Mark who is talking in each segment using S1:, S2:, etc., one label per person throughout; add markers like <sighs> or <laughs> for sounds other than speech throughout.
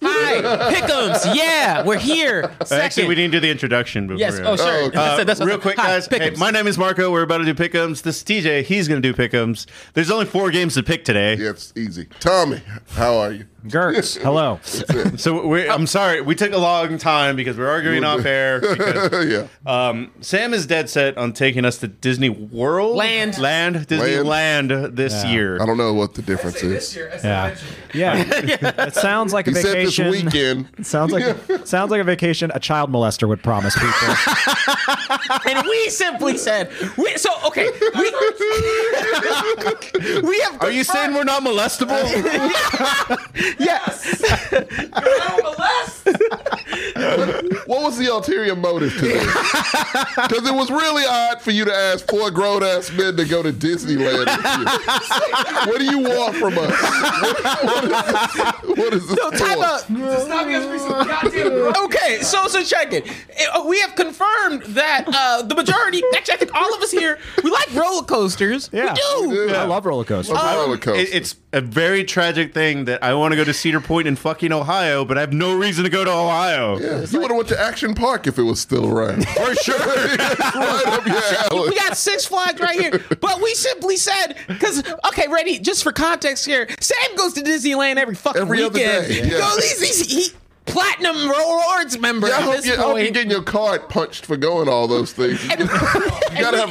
S1: right. Pickums. Yeah, we're here. Second.
S2: Actually, we didn't do the introduction before.
S1: Yes. Oh,
S2: Uh,
S1: sorry. <laughs>
S3: okay.
S1: That's it, that's what-
S2: real quick,
S1: Hi,
S2: guys. Hey,
S1: Pickums.
S2: <laughs> my name is Marco. We're about to do pickums. This is TJ. He's going to do pickums. There's only four games to pick today.
S3: Yeah, it's easy. Tommy, how are you?
S4: Gertz, hello.
S2: So we
S1: Oh.
S2: I'm sorry. We took a long time because we're arguing off
S3: <laughs>
S2: air. Because,
S3: yeah.
S2: um, Sam is dead set on taking us to Disney World.
S1: Land.
S2: Land. Disneyland this year.
S3: I don't know what the difference is.
S4: Yeah, yeah. It sounds like a
S3: He said this
S4: vacation.
S3: weekend.
S4: <laughs> Sounds like sounds like a vacation a child molester would promise people.
S1: <laughs> and we simply said, we, so okay, we, <laughs> we have.
S2: Are you saying we're not molestable?
S1: yes? <laughs>
S3: What was the ulterior motive to this? Because it was really odd for you to ask four grown ass men to go to Disneyland. with you. what do you want from us? What, what is this? What is this
S1: Time
S3: for?
S1: out. Okay, so so check it. Uh, We have confirmed that uh, the majority, actually, I think all of us here, we like roller coasters.
S4: Yeah.
S1: We do.
S4: I love roller coasters.
S1: Um,
S3: A <laughs> roller coaster.
S2: It- it's a very tragic thing that I want to go to Cedar Point in fucking Ohio, but I have no reason to go to Ohio.
S3: Yeah, you would have went to Action Park if it was still around. For sure. <laughs> right up your alley.
S1: We got Six Flags right here, but we simply said because okay, ready. Just for context here, Sam goes to Disneyland every fucking
S3: Every other
S1: weekend.
S3: day,
S1: He
S3: yeah.
S1: goes, he's, he's he platinum rewards member
S3: Yeah, I
S1: at
S3: hope,
S1: this
S3: you, I hope you're
S1: point.
S3: getting your card punched for going all
S1: <laughs>
S3: those things. You gotta have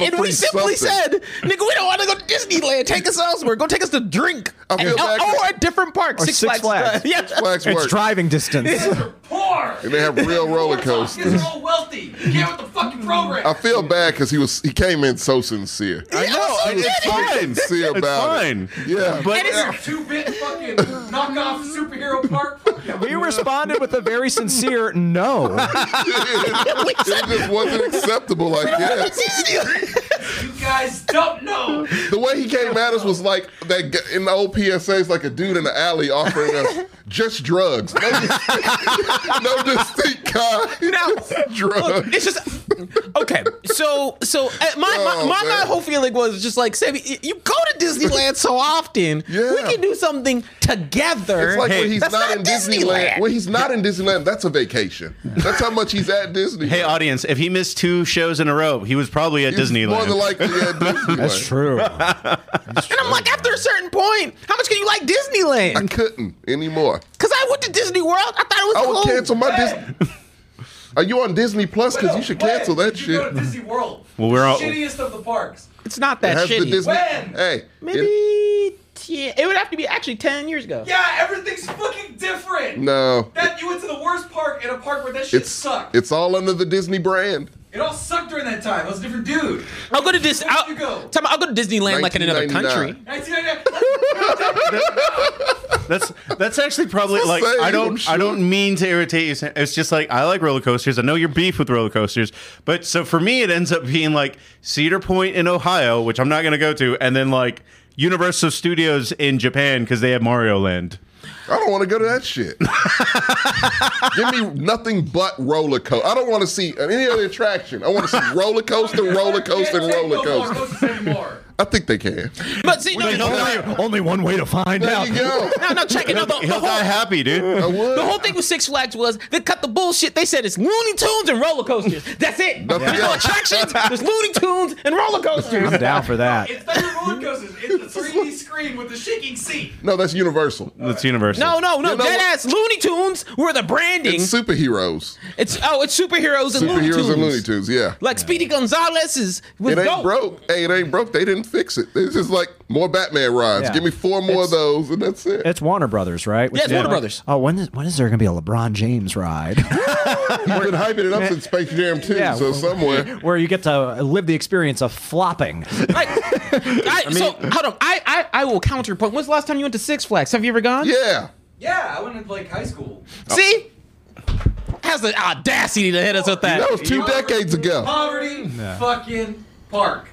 S1: and, we,
S3: a
S1: and
S3: free
S1: we simply
S3: something.
S1: said, nigga, we don't want to go to Disneyland. Take us elsewhere. Go take us to drink.
S3: I feel
S1: And-
S3: bad-
S1: or a different park.
S4: Or
S1: Six,
S4: Six
S1: Flags. <laughs>
S4: Flags.
S1: Yeah.
S3: Flags
S4: It's
S3: work.
S4: driving distance.
S5: Poor.
S3: and they have real roller
S5: You're
S3: coasters.
S5: all wealthy. You can't with the fucking program.
S3: I feel bad because he was he came in so sincere.
S2: I know.
S1: also
S2: and it's
S1: did it.
S2: fine.
S3: See
S2: it's
S3: about it.
S2: fine.
S3: Yeah.
S2: But
S1: And it's-
S5: Two bit fucking knockoff superhero park. Fuck you.
S4: we responded with a very sincere no.
S1: we
S3: <laughs> It just wasn't acceptable like that.
S5: You guys don't know.
S3: The way he came at us was like that g- in the old PSAs, like a dude in the alley offering us just drugs. No distinct, <laughs> no distinct kind.
S1: Now,
S3: <laughs> Drugs.
S1: Look, it's just okay. So, so uh, my
S3: Oh,
S1: my, my, my
S3: man.
S1: whole feeling was just like, Sammy, y- you go to Disneyland so often.
S3: Yeah.
S1: we can do something together.
S3: It's like when he's
S1: that's
S3: not,
S1: not
S3: in Disneyland.
S1: Disneyland.
S3: When he's not in Disneyland, that's a vacation. That's how much he's at Disney.
S2: hey, audience, if he missed two shows in a row, he was probably at
S3: He's
S2: Disneyland.
S3: More than likely at Disneyland.
S4: That's true.
S1: and I'm like, after a certain point, how much can you like
S3: I
S1: Disneyland?
S3: couldn't anymore.
S1: Because I went to Disney World. I thought it was
S3: I
S5: Oh.
S3: would
S1: cool.
S3: cancel my Disney. Are you on Disney Plus? Because you should
S5: When
S3: cancel that
S5: did you
S3: shit.
S5: Go to Disney World.
S2: Well, we're all-
S5: shittiest of the parks.
S1: It's not
S3: It
S1: that
S3: has the
S1: shitty.
S3: Disney.
S5: When?
S3: Hey,
S1: Maybe
S3: it-
S1: yeah, it would have to be actually ten years ago.
S5: Yeah, everything's fucking different.
S3: no,
S5: That you went to the worst park in a park where that shit
S3: it's
S5: sucked.
S3: it's all under the Disney brand.
S5: it all sucked during that time. I was a different dude.
S1: I'll go to Dis.
S5: Where'd
S1: I'll,
S5: you go?
S1: Tell me, I'll go to Disneyland like in another country.
S3: 1999. <laughs>
S5: 1999.
S2: That's that's actually probably
S3: It's the
S2: like
S3: same
S2: I don't I
S3: shit.
S2: don't mean to irritate you. Sam. It's just like I like roller coasters. I know your beef with roller coasters, but so for me it ends up being like Cedar Point in Ohio, which I'm not going to go to, and then like Universal Studios in Japan because they have Mario Land.
S3: I don't want to go to that shit. Give me nothing but roller coaster. I don't want to see any other attraction. I want to see roller coaster, roller coaster, and roller coaster.
S5: coaster.
S3: I think they can.
S1: But see, no, no, no,
S4: only one way to find
S3: There you go.
S1: no, no, check it. No, the, the
S2: He'll
S1: whole-
S2: die happy, dude.
S3: I would.
S1: The whole thing with Six Flags was they cut the bullshit. They said it's Looney Tunes and roller coasters. That's it.
S3: Nothing
S1: There's no
S3: else.
S1: attractions. There's Looney Tunes and roller coasters.
S4: I'm
S1: <laughs>
S4: down for that.
S5: It's not your roller coasters.
S3: <laughs>
S5: It's the 3D screen with the shaking seat.
S3: No, that's Universal.
S2: That's Universal.
S1: No, no, no.
S3: You know
S1: Dead
S3: what?
S1: ass Looney Tunes were the branding.
S3: It's
S1: It's,
S3: superheroes.
S1: oh, it's superheroes and Looney Tunes.
S3: Superheroes and Looney Tunes, yeah.
S1: Like Speedy Gonzalez is was
S3: It ain't
S1: dope.
S3: broke. Hey, it ain't broke. They didn't fix it. It's just like more Batman rides.
S4: Yeah.
S3: Give me four more of
S4: It's-
S3: those, and that's it.
S4: It's Warner Brothers, right? Which
S1: Yeah, it's
S4: is
S1: Warner
S4: like,
S1: Brothers.
S4: Oh, when is when is there going to be a LeBron James ride
S3: You've been hyping it up since Space Jam 2,
S4: Yeah.
S3: so somewhere.
S4: where you get to live the experience of flopping?
S1: Like,
S3: <laughs>
S1: I, so hold on. I, I I will counterpoint. When's the last time you went to Six Flags? Have you ever gone?
S3: Yeah.
S5: Yeah, I went to like high school.
S1: See, has the audacity to hit us with that.
S3: That was two decades ago.
S5: Poverty fucking park.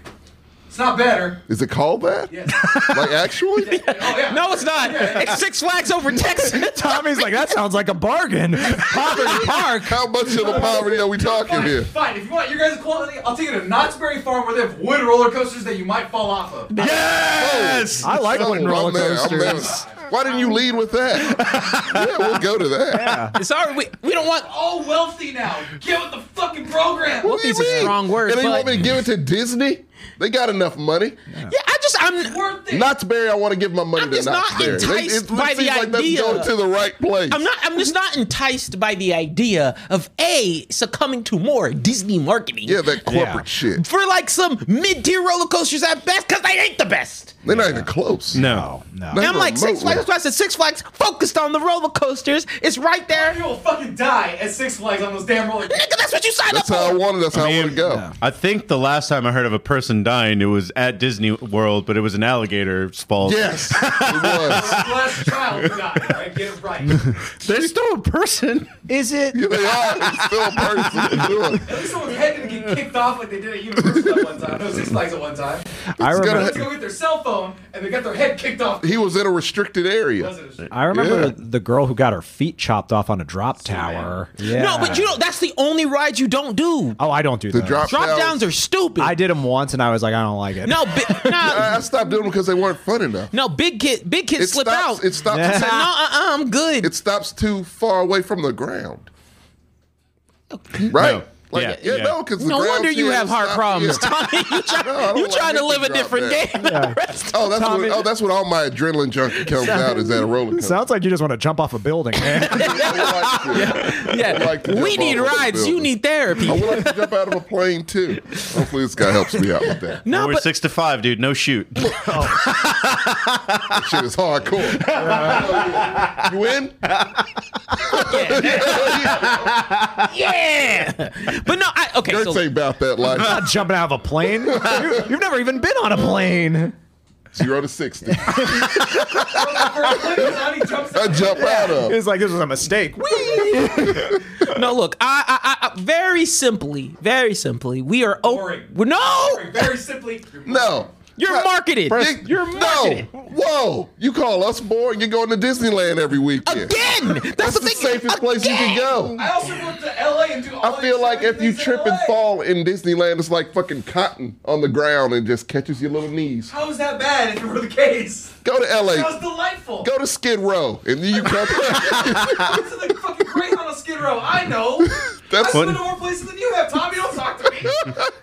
S5: It's not better.
S3: Is it called that?
S5: Yeah.
S3: <laughs> Like, actually?
S5: Oh, yeah.
S1: No, it's
S3: <laughs>
S1: not. It's Six Flags over Texas.
S4: Tommy's like, that sounds like a bargain.
S1: Poverty Park.
S3: How much of the poverty are we talking
S5: Fine,
S3: here?
S5: fine. If you want your guys' quality, I'll take you to Knott's Berry Farm where they have wood roller coasters that you might fall off of.
S2: Yes.
S4: I like
S3: Oh,
S4: wooden roller
S3: I'm there, I'm there.
S4: coasters.
S3: Why didn't you lead with
S4: <laughs>
S3: that? yeah, we'll go to that.
S1: Sorry, we, we don't want.
S5: All wealthy now. Get with the fucking program.
S3: What do you
S1: Wealthy's a
S3: mean?
S1: strong word,
S3: And then you want
S1: but-
S3: me to give it to Disney? They got enough money.
S1: Yeah, I just I'm
S5: Worth it.
S3: Knott's Berry, I want to give my money
S1: I'm
S3: to
S1: just
S3: Knott's
S1: not
S3: Berry.
S1: enticed by the idea.
S3: That's going to the right place.
S1: I'm not. I'm just not enticed by the idea of a succumbing to more Disney marketing.
S3: yeah, that corporate
S4: Yeah.
S3: shit.
S1: For like some mid-tier roller coasters at best, because they ain't the best.
S3: They're not even close.
S2: No.
S4: No.
S1: And I'm like Six
S3: remotely.
S1: Flags. That's why I said Six Flags focused on the roller coasters. It's right there.
S5: You will fucking die at Six Flags on those damn roller coasters.
S1: Nigga, that's what you signed
S3: That's how
S1: up
S3: I
S1: for.
S3: wanted. That's how I
S2: mean,
S3: want to go.
S2: I think the last time I heard of a person dying, it was at Disney World, but it was an alligator's fault.
S3: Yes, it was. <laughs>
S5: Last child you got, all right? Get it right. At
S2: There's still a person.
S4: Is it?
S3: Yeah, they are. It's still a person. Do it.
S5: least someone's head didn't get kicked off like they did at Universal at one time. No, Six Flags at one time.
S4: I
S3: It's
S4: remember.
S5: Let's go get their cell phone, and they got their head
S3: <laughs>
S5: kicked off.
S3: He was in a restricted area.
S5: Wasn't it?
S4: I remember
S3: Yeah.
S4: the girl who got her feet chopped off on a drop tower. Yeah.
S1: No, but you know that's the only ride you don't do.
S4: Oh, I don't do
S3: The
S4: those.
S3: drop,
S1: Drop
S3: downs.
S1: downs are stupid.
S4: I did them once, and I was like, I don't like it.
S1: no, bi- no,
S3: I <laughs> I stopped doing them because they weren't fun enough.
S1: no. Big kid, big
S3: It
S1: kids slip
S3: stops.
S1: out.
S3: It stops.
S4: Yeah.
S1: no, uh-uh, I'm good.
S3: It stops too far away from the ground. Right.
S2: No. Yeah,
S3: Like, yeah,
S2: yeah.
S3: no, because
S1: no wonder you have heart problems, Tommy. You try,
S3: <laughs> No, I don't
S1: you
S3: like
S1: trying to
S3: it
S1: live a
S3: to drop
S1: different
S3: down.
S1: game. <laughs>
S3: Oh, that's what, oh, that's what all my adrenaline junkie comes out is that a roller coaster.
S4: <laughs> Sounds like you just want to jump off a building, man.
S1: <laughs>
S3: I
S4: <laughs>
S3: would like to- I would like to
S1: we
S3: jump
S1: need
S3: all over the
S1: rides. You
S3: building.
S1: need
S3: I
S1: therapy.
S3: would like to jump out of a plane too. Hopefully, this guy helps me out with
S1: <laughs>
S3: that.
S1: No,
S2: We're
S1: but
S2: six to five, dude. No
S3: <laughs>
S2: shoot.
S3: That shit is
S1: <laughs>
S3: hardcore. you in? yeah.
S1: yeah, but no. I, okay,
S3: Gert
S1: so
S3: ain't about that life.
S4: Not jumping out of a plane. You, have never even been on a plane.
S3: Zero to sixty.
S5: Johnny jumps
S3: I
S5: out.
S3: jump out of.
S4: It's like this was a mistake. Whee!
S1: <laughs> no, look. I, I, I, I- very simply, very simply, we are
S5: Boring.
S1: open. We're, no,
S5: Very simply. you're
S3: Oh! No.
S1: you're marketed.
S3: You-
S1: You're marketed.
S3: No. Whoa. You call us boring, you're going to Disneyland every weekend.
S1: Again, that's,
S3: That's
S1: the,
S3: the
S1: thing.
S3: safest place you can
S1: Again.
S3: go.
S5: I also went to LA and do all
S3: I feel
S5: these
S3: like if you
S5: things in
S3: trip and
S5: LA.
S3: fall in Disneyland, it's like fucking cotton on the ground and just catches your little knees.
S5: How is that bad if it were the case?
S3: Go to
S5: That was
S3: LA.
S5: delightful.
S3: Go to Skid Row, and then you come. <laughs>
S5: That's the fucking Greyhound on Skid Row. I know.
S3: <laughs> That's
S5: I've been to more places than you have, Tommy. Don't talk
S3: <laughs>
S5: to me.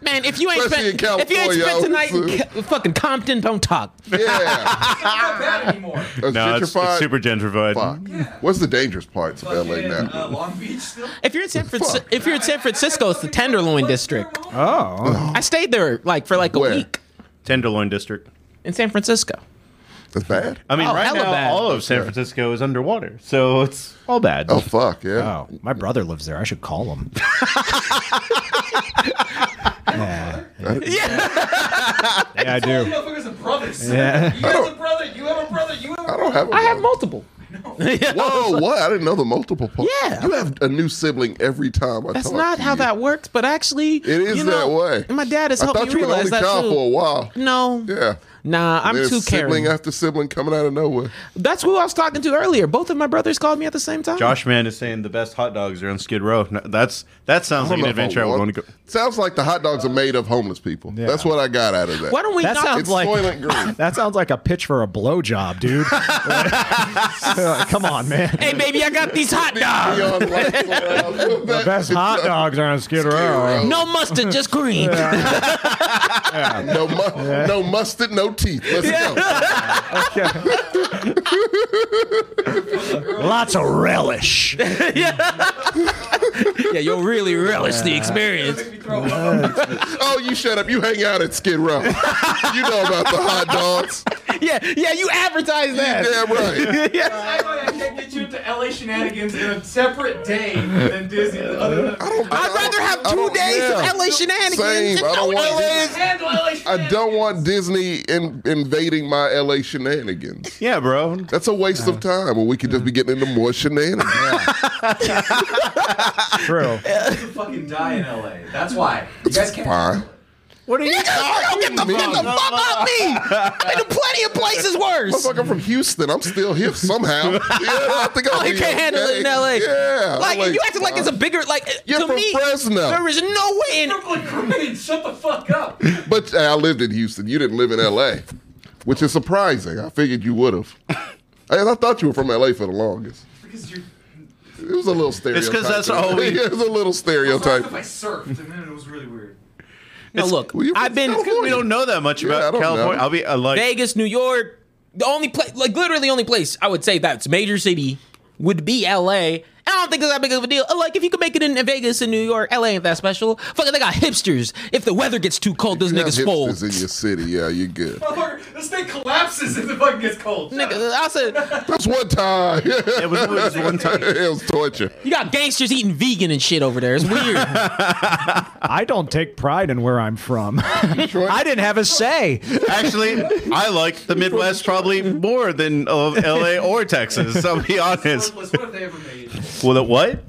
S1: Man, if you ain't
S3: Especially
S1: spent,
S3: in
S1: if you ain't spent tonight
S3: California,
S1: in Ca- fucking Compton, don't talk.
S3: yeah.
S5: It's not bad
S3: <laughs>
S5: anymore.
S3: A
S2: no, it's, it's
S3: gentrified
S2: super gentrified.
S3: fuck. What's the dangerous parts of LA
S5: Fucking,
S3: now?
S5: uh, Long Beach still.
S1: If you're in
S3: <laughs>
S1: San Francisco,
S3: Fuck.
S1: if you're in San Francisco, it's the Tenderloin District.
S4: Oh.
S3: <sighs>
S1: I stayed there like for like a
S3: Where?
S1: week
S2: Tenderloin District.
S1: in San Francisco.
S3: That's bad.
S2: I mean,
S1: Oh,
S2: right
S1: hella
S2: now,
S1: bad.
S2: all of San Francisco is underwater, so it's all bad.
S3: Oh fuck yeah.
S4: Oh, my brother lives there. I should call
S1: <laughs>
S4: him. yeah. yeah, I
S5: You
S4: do.
S5: motherfuckers are brothers.
S3: <laughs>
S4: Oh, Yeah.
S5: You have a brother. You have a brother. You have a
S3: I don't have. A
S1: I have
S3: brother.
S1: multiple.
S3: Whoa, what? I didn't know the multiple parts.
S1: Yeah.
S3: You have a new sibling every time I
S1: That's
S3: talk
S1: not
S3: to
S1: how
S3: you.
S1: that works, but actually,
S3: It is
S1: you know,
S3: that way.
S1: My dad has
S3: I
S1: helped
S3: thought
S1: me
S3: you were the
S1: realize that
S3: only child
S1: too.
S3: for a while.
S1: No,
S3: Yeah.
S1: nah, I'm
S3: There's
S1: too
S3: sibling
S1: caring.
S3: after sibling coming out of nowhere.
S1: That's who I was talking to earlier. Both of my brothers called me at the same time.
S2: Josh Man is saying the best hot dogs are on Skid Row. No, that's that sounds like an
S3: I don't know if
S2: adventure I would want to go.
S3: Sounds like the hot dogs are made of homeless people. That's what I got out of that.
S1: Why don't we
S4: That
S1: not?
S4: sounds
S3: it's
S4: like-
S3: soylent
S1: <laughs>
S3: green.
S4: That sounds like a pitch for a blowjob, dude. <laughs> Come on, man.
S1: hey, baby, I got these hot dogs.
S3: <laughs> Neon lights around.
S4: The best hot dogs are on Skid Row.
S1: No mustard, just green.
S3: No, mu- no mustard, no teeth.
S1: <laughs>
S3: Let's go.
S4: <laughs> Lots of relish.
S1: yeah, you'll really relish the experience.
S5: brother. You throw up.
S3: Oh, you shut up. You hang out at Skid Row. you know about the hot dogs.
S1: <laughs> Yeah, yeah, you advertise that.
S3: Yeah, right.
S5: <laughs> I thought I can't get you into LA shenanigans in a separate day than Disney. Other than I don't
S1: I'd rather have
S3: I
S1: two
S3: don't-
S1: days
S3: yeah.
S1: of LA shenanigans.
S3: Same.
S1: than
S3: I don't
S1: no
S3: want
S1: LA.
S5: handle LA shenanigans.
S3: I don't want Disney in- invading my LA shenanigans.
S2: Yeah, bro.
S3: That's a waste of time when we could just be
S1: Mm-hmm.
S3: getting into more shenanigans.
S4: True.
S5: to fucking die in LA. That's why. You guys can't. <laughs>
S3: Fine.
S2: What are you?
S1: Nigga, get the, get the fuck off me! I've been to plenty of places worse.
S3: Fuck, I'm from Houston. I'm still
S1: <laughs>
S3: here somehow. Yeah, I think I'll
S1: Oh, you
S3: be
S1: can't handle
S3: okay.
S1: it in LA.
S3: Yeah.
S1: Like,
S3: I'm
S1: you acting like it's a bigger like
S3: You're
S1: to
S3: from
S1: me.
S3: Fresno.
S1: There is no way in
S5: You're like, "Great, shut the fuck up.
S3: But uh, I lived in Houston. You didn't live in LA, which is surprising. I figured you would have. I, I thought you were from LA for the longest.
S5: Because you're.
S3: It was a little stereotype.
S2: 'cause that's all we-
S3: <laughs> it was a little stereotype.
S5: If I surfed, and then it was really weird.
S1: No, look,
S3: Well, you're from
S1: I've been
S3: California.
S2: We don't know that much
S3: Yeah, I
S2: about
S3: don't
S2: California.
S3: know.
S2: I'll be uh, like,
S1: Vegas, New York. The only place, like literally, the only place I would say that's major city would be L.A. I don't think it's that big of a deal. Like if you could make it in Vegas and New York, L.A. ain't that special. Fucking, they got hipsters. If the weather gets too cold, those
S3: You have
S1: niggas
S3: hipsters
S1: fold.
S3: in your city. Yeah, you're good.
S5: Motherfucker, this thing collapses if the fucking gets
S1: <laughs>
S5: cold.
S1: Nigga, I said
S3: That's one time. <laughs>
S2: it was, it was one time.
S3: it was torture.
S1: you got gangsters eating vegan and shit over there. It's weird.
S4: I don't take pride in where I'm from. <laughs> I didn't have a say.
S2: Actually, I like the Midwest probably more than of L.A. or Texas. I'll be
S1: <laughs>
S5: It's
S2: honest.
S5: worthless. What if they ever made?
S2: Well, the what?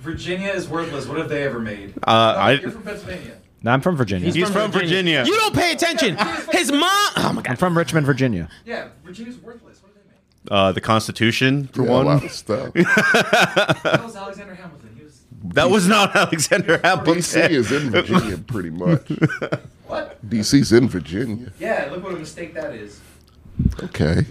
S5: Virginia is worthless. What if they ever made?
S2: Uh, I.
S5: You're from Pennsylvania.
S4: No, I'm from Virginia.
S2: He's from Virginia.
S1: you don't pay attention. His mom. Oh my
S4: I'm
S1: god.
S4: from Richmond, Virginia.
S5: Yeah, Virginia's worthless. What did they make?
S2: Uh, the Constitution for
S3: Yeah, a
S2: one.
S3: lot of stuff.
S5: That was Alexander Hamilton. He was.
S2: That was not <laughs> Alexander
S3: DC
S2: Hamilton.
S3: is in Virginia, pretty much.
S5: What?
S3: DC's in Virginia.
S5: Yeah, look what a mistake that is.
S3: Okay.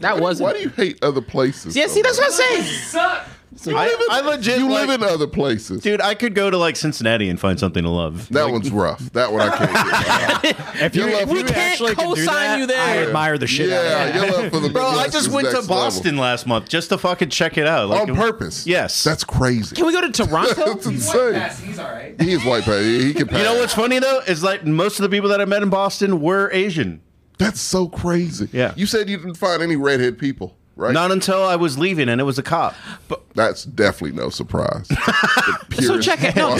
S1: That
S3: Why
S1: wasn't.
S3: do you hate other places?
S1: Yeah,
S3: so
S1: see, that's
S3: much?
S1: what I'm saying.
S5: Suck!
S2: I, I legit
S3: you
S2: like-
S3: live in other places.
S2: dude. I could go to like Cincinnati and find something to love.
S3: that one's rough. That one
S2: <laughs>
S3: I can't. Get.
S4: If you,
S3: Your love-
S4: if
S3: We
S4: you
S3: can't
S4: actually can do
S1: co-sign
S4: that,
S1: you there.
S4: I admire the shit out of that.
S3: yeah, your love for the
S2: Bro, I
S3: Midwest
S2: just
S3: is
S2: went to
S3: next level.
S2: Boston last month just to fucking check it out. Like,
S3: on purpose.
S2: Yes.
S3: that's crazy. <laughs>
S1: Can we go to Toronto?
S4: <laughs>
S3: that's
S5: He's white
S3: insane.
S5: passing. He's alright.
S3: He is white. but He can. Pass.
S2: You know what's funny though is like most of the people that I met in Boston were Asian.
S3: That's so crazy.
S2: Yeah.
S3: You said you didn't find any redhead people, right?
S2: Not until I was leaving and it was a cop.
S3: That's definitely no surprise. <laughs> so
S1: check it- no,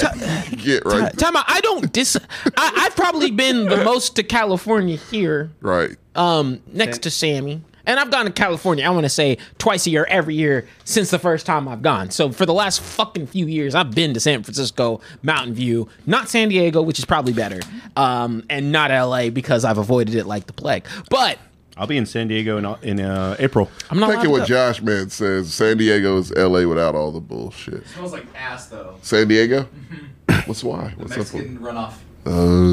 S3: Get right,
S1: Time out. I don't dis. I, I've probably been the most to California here.
S3: right.
S1: um, next to Sammy. And I've gone to California, I want to say twice a year, every year since the first time I've gone. So for the last fucking few years, I've been to San Francisco, Mountain View, not San Diego, which is probably better, um, and not LA because I've avoided it like the plague. But
S2: I'll be in San Diego in, in uh, April.
S1: I'm not.
S3: Thinking
S1: allowed
S3: what
S1: to go.
S3: Josh man says, San Diego is L.A. without all the bullshit.
S5: Smells like ass though.
S3: San Diego.
S2: Mm-hmm.
S3: What's why? What's Oh.
S5: Mexican runoff.
S3: up?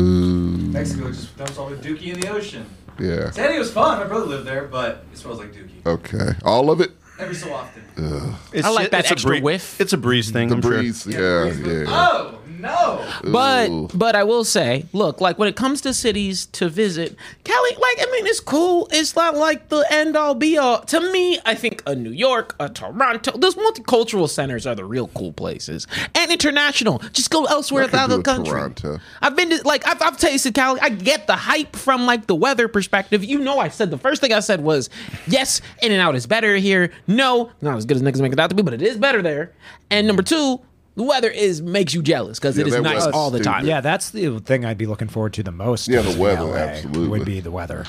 S3: With,
S5: Mexico just dumps all the dookie in the ocean.
S3: uh, yeah.
S5: San Diego's fun. My brother lived there, but it smells like dookie
S3: Okay. All of it.
S5: every so often.
S2: It's
S1: I like that
S2: it's a
S1: extra
S2: bree-
S1: whiff.
S2: It's a breeze thing. I'm sure.
S3: Breeze. Yeah.
S5: Breeze
S3: Yeah.
S5: with- Oh no!
S3: Ooh.
S1: But but I will say, look, like when it comes to cities to visit, Cali, like I mean, it's cool. It's not like the end all be all. To me, I think a New York, a Toronto, those multicultural centers are the real cool places, and international. Just go elsewhere
S3: I could
S1: without
S3: do
S1: the
S3: a
S1: country.
S3: Toronto.
S1: I've been to like I've, I've tasted Cali. I get the hype from like the weather perspective. You know, I said the first thing I said was yes, In and Out is better here. No, not as good as niggas make it out to be, but it is better there. And number two. The weather is makes you jealous because
S3: Yeah,
S1: it is
S3: that
S1: nice
S3: was
S1: all the
S3: stupid.
S1: time.
S4: Yeah, that's the thing I'd be looking forward to the most.
S3: Yeah, the
S4: is in
S3: weather,
S4: LA,
S3: absolutely.
S4: would be the weather.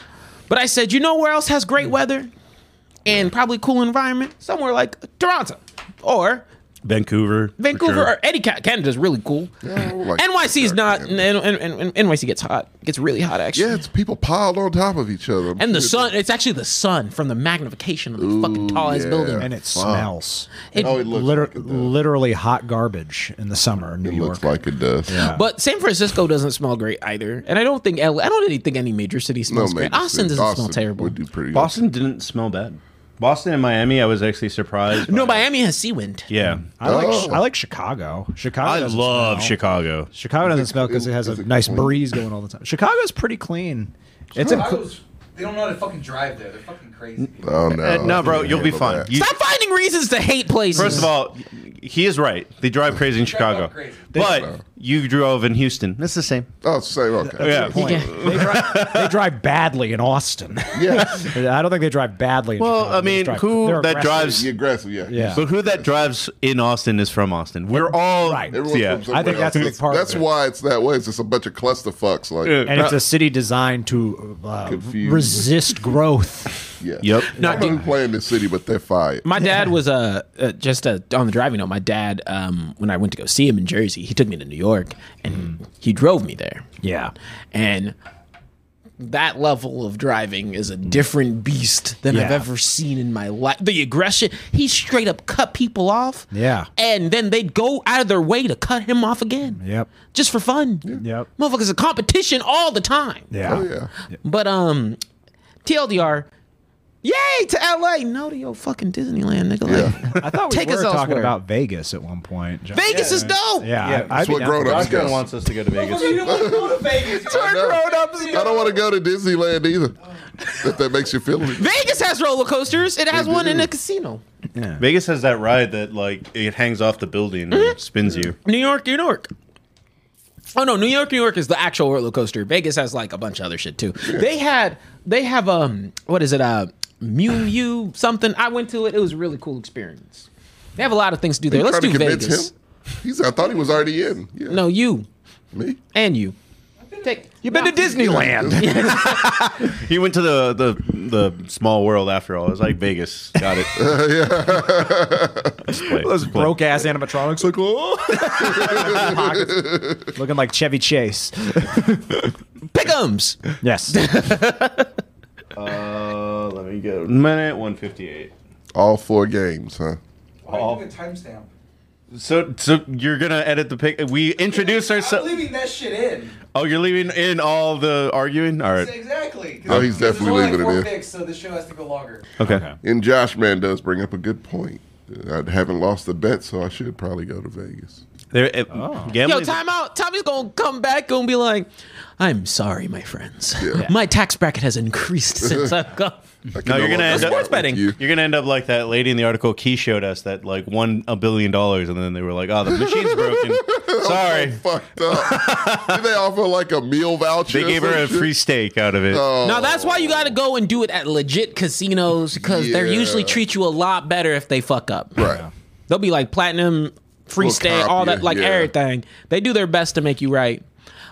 S1: But I said, you know where else has great weather and probably cool environment? Somewhere like Toronto or
S2: Vancouver. for
S1: Vancouver
S2: sure.
S1: or any Ca- Canada's really cool.
S3: Yeah, I would like
S1: NYC is
S3: to
S1: not,
S3: check
S1: and,
S3: Canada.
S1: and, and, and NYC gets hot, gets really hot actually.
S3: Yeah, it's people piled on top of each other. I'm
S1: And the
S3: sure
S1: sun, it's actually the sun from the magnification of the fucking tall ass
S3: yeah.
S1: building.
S4: And it smells.
S1: It-
S3: Oh, it looks
S4: Liter-
S3: like it does.
S4: literally hot garbage in the summer in New
S3: It
S4: York.
S3: looks like it does.
S4: Yeah.
S1: but San Francisco doesn't smell great either. And I don't think, LA, I don't really think any major city smells great.
S3: major
S1: Austin doesn't
S3: city.
S1: smell
S3: Austin
S1: terrible.
S3: Would do pretty
S2: Boston didn't smell bad. Boston and Miami, I was actually surprised.
S1: No,
S2: by-
S1: Miami has sea wind.
S2: Yeah.
S4: I like
S3: Oh.
S4: I like Chicago. Chicago.
S2: I
S4: doesn't
S2: love
S4: smell.
S2: Chicago.
S4: Chicago doesn't smell because it has
S3: is
S4: a
S3: it
S4: nice
S3: clean?
S4: breeze going all the time. Chicago's pretty clean. It's a
S5: I was, they don't know how to fucking drive there. They're fucking crazy.
S3: good. Oh no,
S2: Uh, no, bro,
S3: Can't
S2: you'll be
S3: handle
S2: fine.
S3: that.
S2: You-
S1: Stop finding reasons to hate places.
S2: First of all, he is right. They drive crazy in Chicago.
S5: crazy.
S2: But you drove in Houston. That's the same.
S3: oh, it's the same. Okay.
S2: Yeah.
S4: point.
S2: <laughs>
S4: They, drive, they drive badly in Austin.
S3: Yeah.
S4: <laughs> I don't think they drive badly. In
S2: Well,
S4: Chicago.
S2: I
S4: They
S2: mean,
S4: drive-
S2: who
S4: they're
S2: that
S4: aggressive.
S2: drives?
S3: You're aggressive. Yeah.
S4: Yeah.
S2: But who that drives in Austin is from Austin. We're all
S4: Right.
S3: Everyone's
S2: yeah.
S3: from somewhere
S4: I think that's a
S3: else.
S4: big part of
S3: That's
S4: it.
S3: why it's that way. It's just a bunch of clusterfucks. Like,
S4: And it's a city designed to uh,
S3: Confused.
S4: resist growth.
S3: <laughs> yeah.
S2: Yep.
S3: Not even playing this city, but they're fired.
S1: My dad was uh, uh just uh, on the driving note. My dad, um, when I went to go see him in Jersey, he took me to New York and he drove me there.
S4: Yeah.
S1: And that level of driving is a different beast than I've
S4: Yeah.
S1: ever seen in my life. The aggression, he straight up cut people off.
S4: Yeah.
S1: And then they'd go out of their way to cut him off again.
S4: Yep.
S1: Just for fun.
S4: Yep.
S1: Motherfuckers a competition all the time.
S4: Yeah.
S3: Oh yeah.
S1: But um, TLDR, Yay to LA. No to your fucking Disneyland, nigga. <laughs> Like,
S4: I thought we
S1: Take
S4: were
S1: us
S4: talking
S1: elsewhere.
S4: about Vegas at one point. John.
S1: Vegas is dope.
S4: Yeah,
S2: Yeah,
S4: I- I'd
S2: that's
S4: be
S3: what
S4: down for
S3: grown-ups
S4: that.
S3: go.
S2: Rockman wants us to go to Vegas.
S5: You don't want to go to Vegas.
S3: <laughs> I know.
S1: Grown-ups.
S3: I don't want to go to Disneyland either. If that makes you feel it.
S1: Vegas has roller coasters. It has
S3: They
S1: one in
S3: do.
S1: a casino.
S2: Vegas has that ride that like it hangs off the building and spins you.
S1: New York, New York. Oh no, New York, New York is the actual roller coaster. Vegas has like a bunch of other shit too. They had they have um what is it uh Mew Mew something. I went to it. It was a really cool experience. They have a lot of things to do there. Let's do Vegas.
S3: him. He's, I thought he was already in. Yeah.
S1: No, you
S3: Me?
S1: and you. Take
S4: You've been to Disneyland.
S2: He went to the the the small world after all. It was like Vegas. Got <laughs> it. Let's play.
S4: Those
S2: Let's play.
S4: broke ass animatronics, like oh, Pockets. looking like Chevy Chase.
S1: pickums.
S4: Yes,
S2: Uh, let me go. Minute one fifty eight.
S3: All four games, huh? oh.
S5: Why do the timestamp?
S2: So so you're gonna edit the pic. We introduce
S5: I'm
S2: ourselves.
S5: leaving that shit in.
S2: Oh, you're leaving in all the arguing. All right.
S5: Exactly.
S3: No, he's definitely leaving it in.
S5: Picks, so the show has to go longer.
S2: Okay.
S3: And Josh Man does bring up a good point. I haven't lost the bet, so I should probably go to Vegas.
S2: There. It,
S1: Yo,
S2: gambling-
S1: time out. Tommy's gonna come back and be like, "I'm sorry, my friends. My tax bracket has increased since I've gone."
S3: I can
S2: No, you're
S3: longer
S2: gonna end
S3: go
S2: up-
S3: out
S1: Sports
S3: with
S1: betting.
S3: you.
S2: You're gonna end up like that lady in the article. Key showed us that like won a billion dollars, and then they were like, "Oh, the machine's
S3: <laughs>
S2: broken.
S3: Oh,
S2: Sorry."
S3: <laughs> Fucked up. Did they offer like a meal voucher?
S2: They
S3: or
S2: gave her a
S3: some
S2: free
S3: shit?
S2: steak out of it.
S3: Oh,
S1: Now that's why you got to go and do it at legit casinos because they they
S3: Yeah.
S1: usually treat you a lot better if they fuck up.
S3: right.
S1: They'll be like platinum, free
S3: We'll
S1: stay,
S3: cop
S1: all
S3: you,
S1: that, like
S3: yeah.
S1: everything. They do their best to make you right.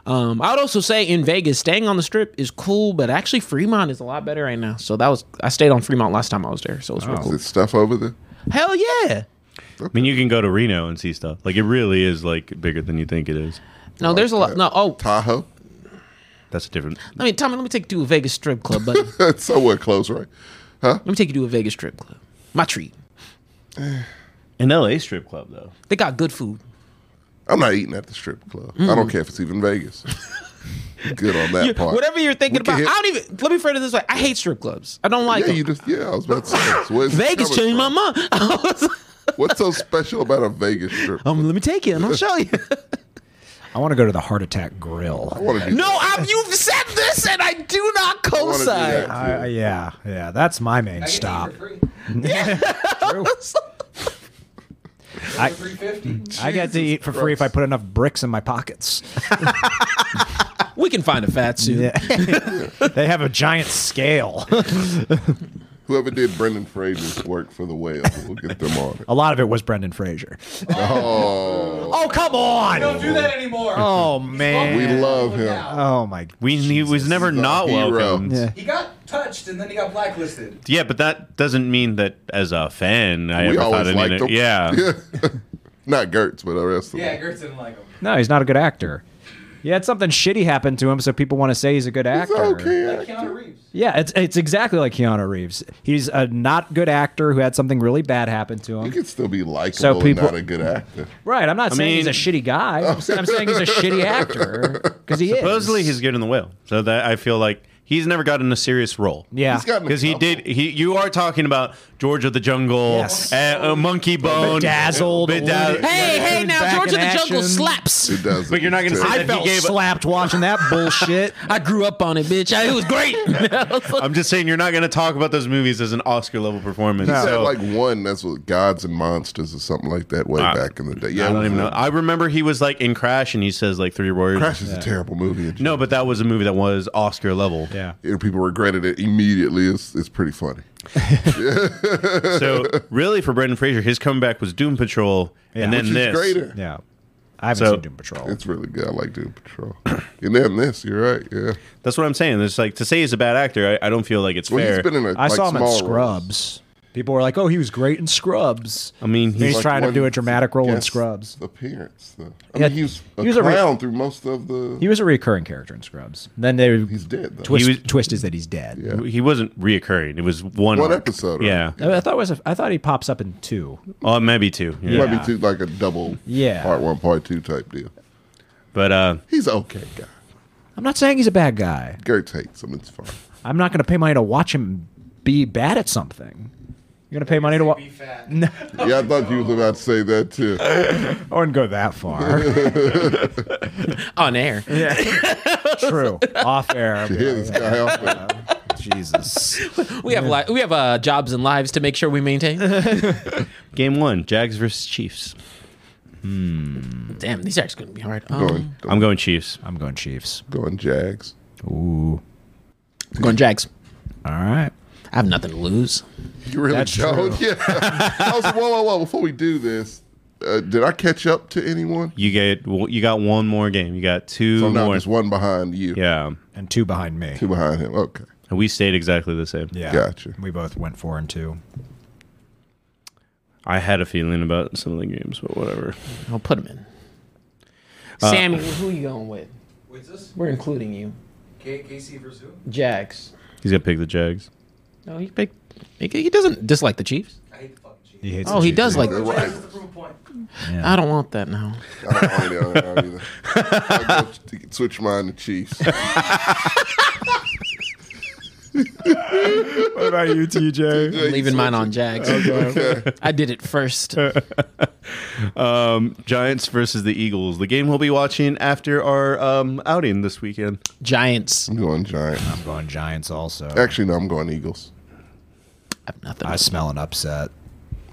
S1: Um, I would also say in Vegas, staying on the strip is cool, but actually Fremont is a lot better right now. So that was I stayed on Fremont last time I was there, so it was real
S3: Is
S1: cool.
S3: it stuff over there?
S1: Hell yeah!
S2: I mean, you can go to Reno and see stuff. Like it really is like bigger than you think it is.
S1: No, there's a lot. No, oh,
S3: Tahoe? <laughs>
S2: That's different.
S1: let me Tommy, let me take you to a Vegas strip club,
S3: <laughs>
S1: buddy. let
S3: That's somewhere close, right?
S1: me take you to a Vegas strip club. My treat.
S2: An LA strip club though.
S1: They got good food.
S3: I'm not eating at the strip club. I
S1: Mm.
S3: don't care if it's
S1: <laughs>
S3: even Vegas. Good on that part.
S1: Whatever you're thinking
S3: We can
S1: about,
S3: hit-
S1: I don't even. Let me phrase it this way: I hate strip clubs. I don't like
S3: Yeah,
S1: them.
S3: you just yeah. I was about to say so where's it
S1: Vegas
S3: coming
S1: changed my
S3: from?
S1: mind. <laughs> I was like,
S3: What's so special about a Vegas strip? I
S1: um, let me take you and I'll
S3: <laughs>
S1: show you.
S4: I want to go to the Heart Attack Grill.
S3: want to do
S1: no,
S3: that.
S1: I'm, you've said this, and I do not
S3: I wanna do that,
S1: co-sign.
S3: too.
S4: I- yeah, yeah, that's my main
S5: I get
S4: stop.
S5: these for free.
S4: I-
S5: Three fifty.
S4: I get to eat for free if I put enough bricks in my pockets.
S1: <laughs> We can find a fat suit.
S4: Yeah. they have a giant scale.
S3: Whoever did Brendan Fraser's work for the whale, we'll get them on
S1: <laughs>
S3: it.
S4: a lot of it was Brendan Fraser.
S3: Oh,
S4: Oh come
S5: Don't
S4: on!
S5: do that anymore.
S4: Oh
S3: we
S4: man!
S3: love
S5: Look
S3: him.
S5: out.
S4: Oh my!
S2: We he was never
S3: He's a
S2: not
S3: hero.
S2: welcomed.
S4: Yeah.
S2: Yeah.
S5: He got touched and then he
S4: <laughs>
S5: got blacklisted.
S2: but that doesn't mean that as a fan I
S3: We
S2: ever thought
S3: always
S2: it.
S3: liked him. <laughs>
S2: Yeah.
S3: Not Gertz, but the rest of
S5: Yeah,
S3: them.
S5: Gertz didn't like him.
S4: No, he's not a good actor. He had something shitty happen to him, so people want to say he's a good
S3: He's
S4: actor.
S5: Like
S3: okay.
S5: Keanu Reeves.
S4: Yeah, it's it's exactly like Keanu Reeves. He's a not good actor who had something really bad happen to
S3: He
S4: him.
S3: could still be likable
S4: So people-
S3: and not a good actor.
S4: Right. I'm not saying he's a
S2: mean-
S4: shitty guy. I'm, s- I'm saying he's a shitty actor because he
S2: Supposedly
S4: is.
S2: he's good in the whale. So that I feel like he's never gotten a serious role.
S4: yeah.
S3: He's gotten a
S2: Because he
S3: couple.
S2: did, he you are talking about George of the Jungle,
S4: Yes.
S2: uh, uh, Monkey Bone,
S4: Bedazzled,
S2: Bedazz-
S4: eluded.
S1: Hey,
S4: Yeah,
S1: hey,
S4: he's
S1: now
S4: back
S1: George
S4: in
S1: of the Jungle
S4: action.
S1: slaps. <laughs>
S3: It does.
S2: But you're not gonna
S3: It's
S2: say
S3: terrible.
S2: that he
S4: I felt
S2: gave-
S4: slapped watching that bullshit.
S1: I grew up on it, bitch. I, it was
S3: <laughs>
S1: great. <laughs>
S2: I'm just saying you're not going to talk about those movies as an Oscar level performance.
S3: He said
S2: So
S3: like one. That's what Gods and Monsters or something like that way back in the day. Yeah,
S2: I
S3: it
S2: don't
S3: was
S2: even know.
S3: a-
S2: I remember he was like in Crash and he says like three words.
S3: Crash is a terrible movie. in
S2: No, but that was a movie that was Oscar level.
S4: <laughs> Yeah.
S3: general. people regretted it immediately. It's, it's pretty funny.
S2: So really, for Brendan Fraser, his comeback was Doom Patrol, and
S4: Yeah.
S2: then
S3: Which
S2: this.
S3: is greater.
S4: Yeah. I haven't
S2: So-
S4: seen Doom Patrol.
S3: It's really good. I like Doom Patrol. <clears throat> and then this, you're right. Yeah.
S2: That's what I'm saying. It's like to say he's a bad actor. I, I don't feel like it's
S3: Well,
S2: fair.
S3: he's been in a
S4: I
S3: like,
S4: saw him in
S3: small
S4: Scrubs.
S3: roles.
S4: People were like, "Oh, he was great in Scrubs."
S2: I mean,
S4: Then he's
S2: he's,
S4: trying to
S3: one
S4: do a dramatic role in
S3: guest
S4: Scrubs.
S3: Appearance. Though. I
S4: Yeah,
S3: mean, he was a
S4: he was a re-
S3: clown through most of the.
S4: He was a recurring character in Scrubs. Then they
S3: he's dead though.
S4: twist,
S2: He was-
S4: twist is that he's dead.
S3: Yeah.
S2: he wasn't reoccurring. It was one
S3: One
S2: arc.
S3: episode, right?
S2: Yeah.
S4: I, I thought it was a, I thought he pops up in two.
S2: Oh, maybe two. Yeah.
S3: He might
S4: yeah.
S3: be too, like a double.
S4: Yeah.
S3: Part one, part two type deal.
S2: But uh,
S3: He's an okay guy.
S4: I'm not saying he's a bad guy.
S3: Gertz hates him. It's fine.
S4: I'm not going to pay money to watch him be bad at something. You're gonna pay money to watch.
S5: Be fat.
S3: Yeah, I thought you was about to say that too.
S4: I wouldn't oh, go that far.
S1: on air.
S4: True. Off air. I'd be
S3: Yeah,
S4: like,
S3: this guy out there.
S4: Jesus.
S1: We have li- we have uh, jobs and lives to make sure we
S4: <laughs>
S1: maintain.
S2: Game one, Jags versus Chiefs.
S1: Damn, these are actually going to be hard. Um, going.
S3: Going,
S2: I'm going Chiefs.
S4: I'm going Chiefs.
S3: going Jags.
S4: Ooh.
S1: Jags.
S4: All right.
S1: I have nothing to lose.
S3: You really
S4: That's
S3: don't? Yeah. I was, whoa, whoa, whoa. Before we do this, uh, did I catch up to anyone?
S2: You get you got one more game. You got two
S3: So now
S2: more.
S3: there's one behind you.
S2: Yeah,
S4: And two behind me.
S3: Two behind him. Okay.
S2: and we stayed exactly the same.
S4: Yeah.
S3: Gotcha.
S4: We both went four and two.
S2: I had a feeling about some of the games, but whatever.
S1: I'll put them in.
S3: Uh,
S1: Sammy, who you going with?
S5: What's this?
S1: We're including you.
S5: K- KC versus who?
S1: Jags.
S2: He's gonna pick the Jags.
S1: No, he picked. He, he doesn't dislike the Chiefs.
S5: I hate the fucking Chiefs.
S4: He hates
S1: Oh,
S4: the
S1: he
S4: Chiefs.
S1: does like.
S3: They're
S5: Jags
S3: right.
S5: is the proof point.
S1: I don't want that now.
S3: I don't really know that either. I'll go t- switch mine to Chiefs.
S4: What about you,
S3: <laughs>
S4: TJ?
S1: I'm leaving mine on Jags. I did it first.
S2: Giants versus the Eagles. The game we'll be watching after our um, outing this weekend.
S1: Giants.
S3: I'm going Giants.
S4: I'm going Giants also.
S3: Actually, no, I'm going Eagles.
S1: I have nothing.
S4: I smell an upset.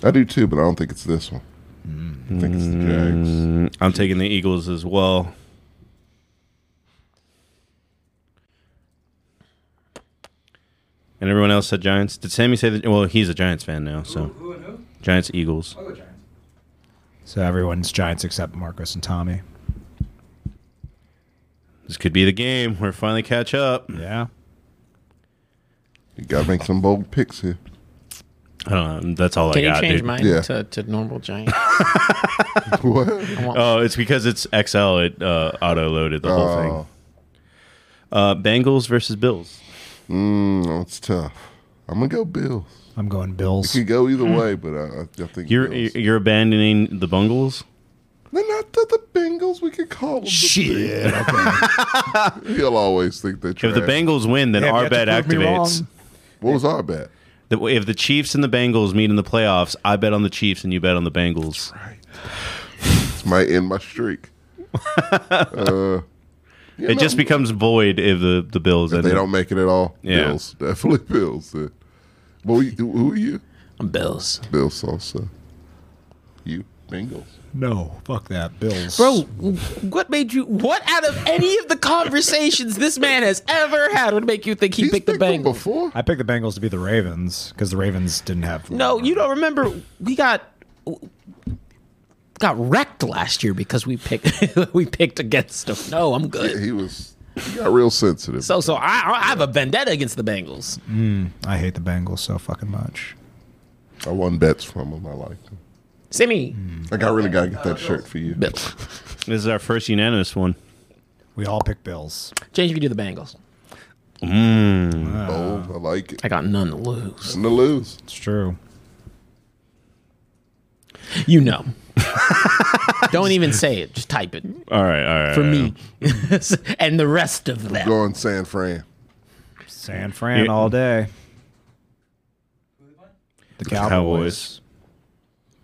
S3: I do too, but I don't think it's this one. I think it's the Jags.
S2: I'm taking the Eagles as well. And everyone else said Giants. Did Sammy say that? Well, he's a Giants fan now,
S5: Who,
S2: so
S5: who and who?
S2: Giants Eagles.
S5: I'll go Giants.
S4: So everyone's Giants except Marcus and Tommy.
S2: This could be the game where finally catch up.
S4: Yeah.
S3: You got to make some bold picks here. <laughs>
S2: I don't know. That's all
S1: Can
S2: I
S1: you
S2: got,
S1: change
S2: dude.
S1: mine
S3: Yeah.
S1: to, to normal Giants?
S3: What?
S2: Oh, it's because it's XL. It uh, auto loaded the whole
S3: Oh.
S2: thing. Uh, Bengals versus Bills.
S3: Mm, it's tough. I'm going to go Bills.
S4: I'm going Bills.
S3: Could go either way, but I, I think
S2: Hmm. You're
S3: Bills.
S2: you're abandoning the Bungles.
S3: They're not the, the Bengals. We could call them.
S4: Shit. Okay.
S2: <laughs>
S3: The, he'll always think they're
S2: If
S3: trash.
S2: the Bengals win, then
S4: Yeah,
S2: our
S4: you have
S2: bet
S4: to prove me
S2: activates.
S4: wrong.
S3: what was our bet?
S2: The- If the Chiefs and the Bengals meet in the playoffs, I bet on the Chiefs and you bet on the Bengals.
S3: This might end
S2: <laughs>
S3: my streak. uh, yeah,
S2: It just
S3: no,
S2: becomes void if the the Bills.
S3: if
S2: end
S3: they
S2: it.
S3: don't make it at all.
S2: Yeah.
S3: Bills <laughs> definitely Bills. Then. But we, who are you?
S1: I'm Bills.
S3: Bills also. You Bengals.
S4: No. Fuck that. Bills.
S1: Bro, what made you? What out of any of the conversations this man has ever had would make you think he
S3: He's
S1: picked the
S3: picked them
S1: Bengals?
S3: before.
S4: I picked the Bengals to be the Ravens because the Ravens didn't have.
S1: No, you don't remember. We got got wrecked last year because we picked <laughs> we picked against them. No, I'm good.
S3: He was. He got real sensitive.
S1: So so I, I have a vendetta against the Bengals.
S4: I hate the Bengals so fucking much.
S3: I won bets from him. I liked him.
S1: Simi,
S3: Like I really gotta get that shirt for you.
S1: Bill.
S2: This is our first unanimous one.
S4: We all picked Bills.
S1: James, you can do the Bengals.
S3: Bold. I like it.
S1: I got none to lose.
S3: And to lose.
S4: It's true.
S1: You
S3: <laughs>
S1: know. Don't even say it. Just type it
S2: All right, all right.
S1: for me <laughs> and the rest of them.
S3: Going San Fran.
S4: San Fran
S2: Yeah.
S4: all day.
S5: Who they playing?
S4: The
S2: Cowboys.
S4: Cowboys.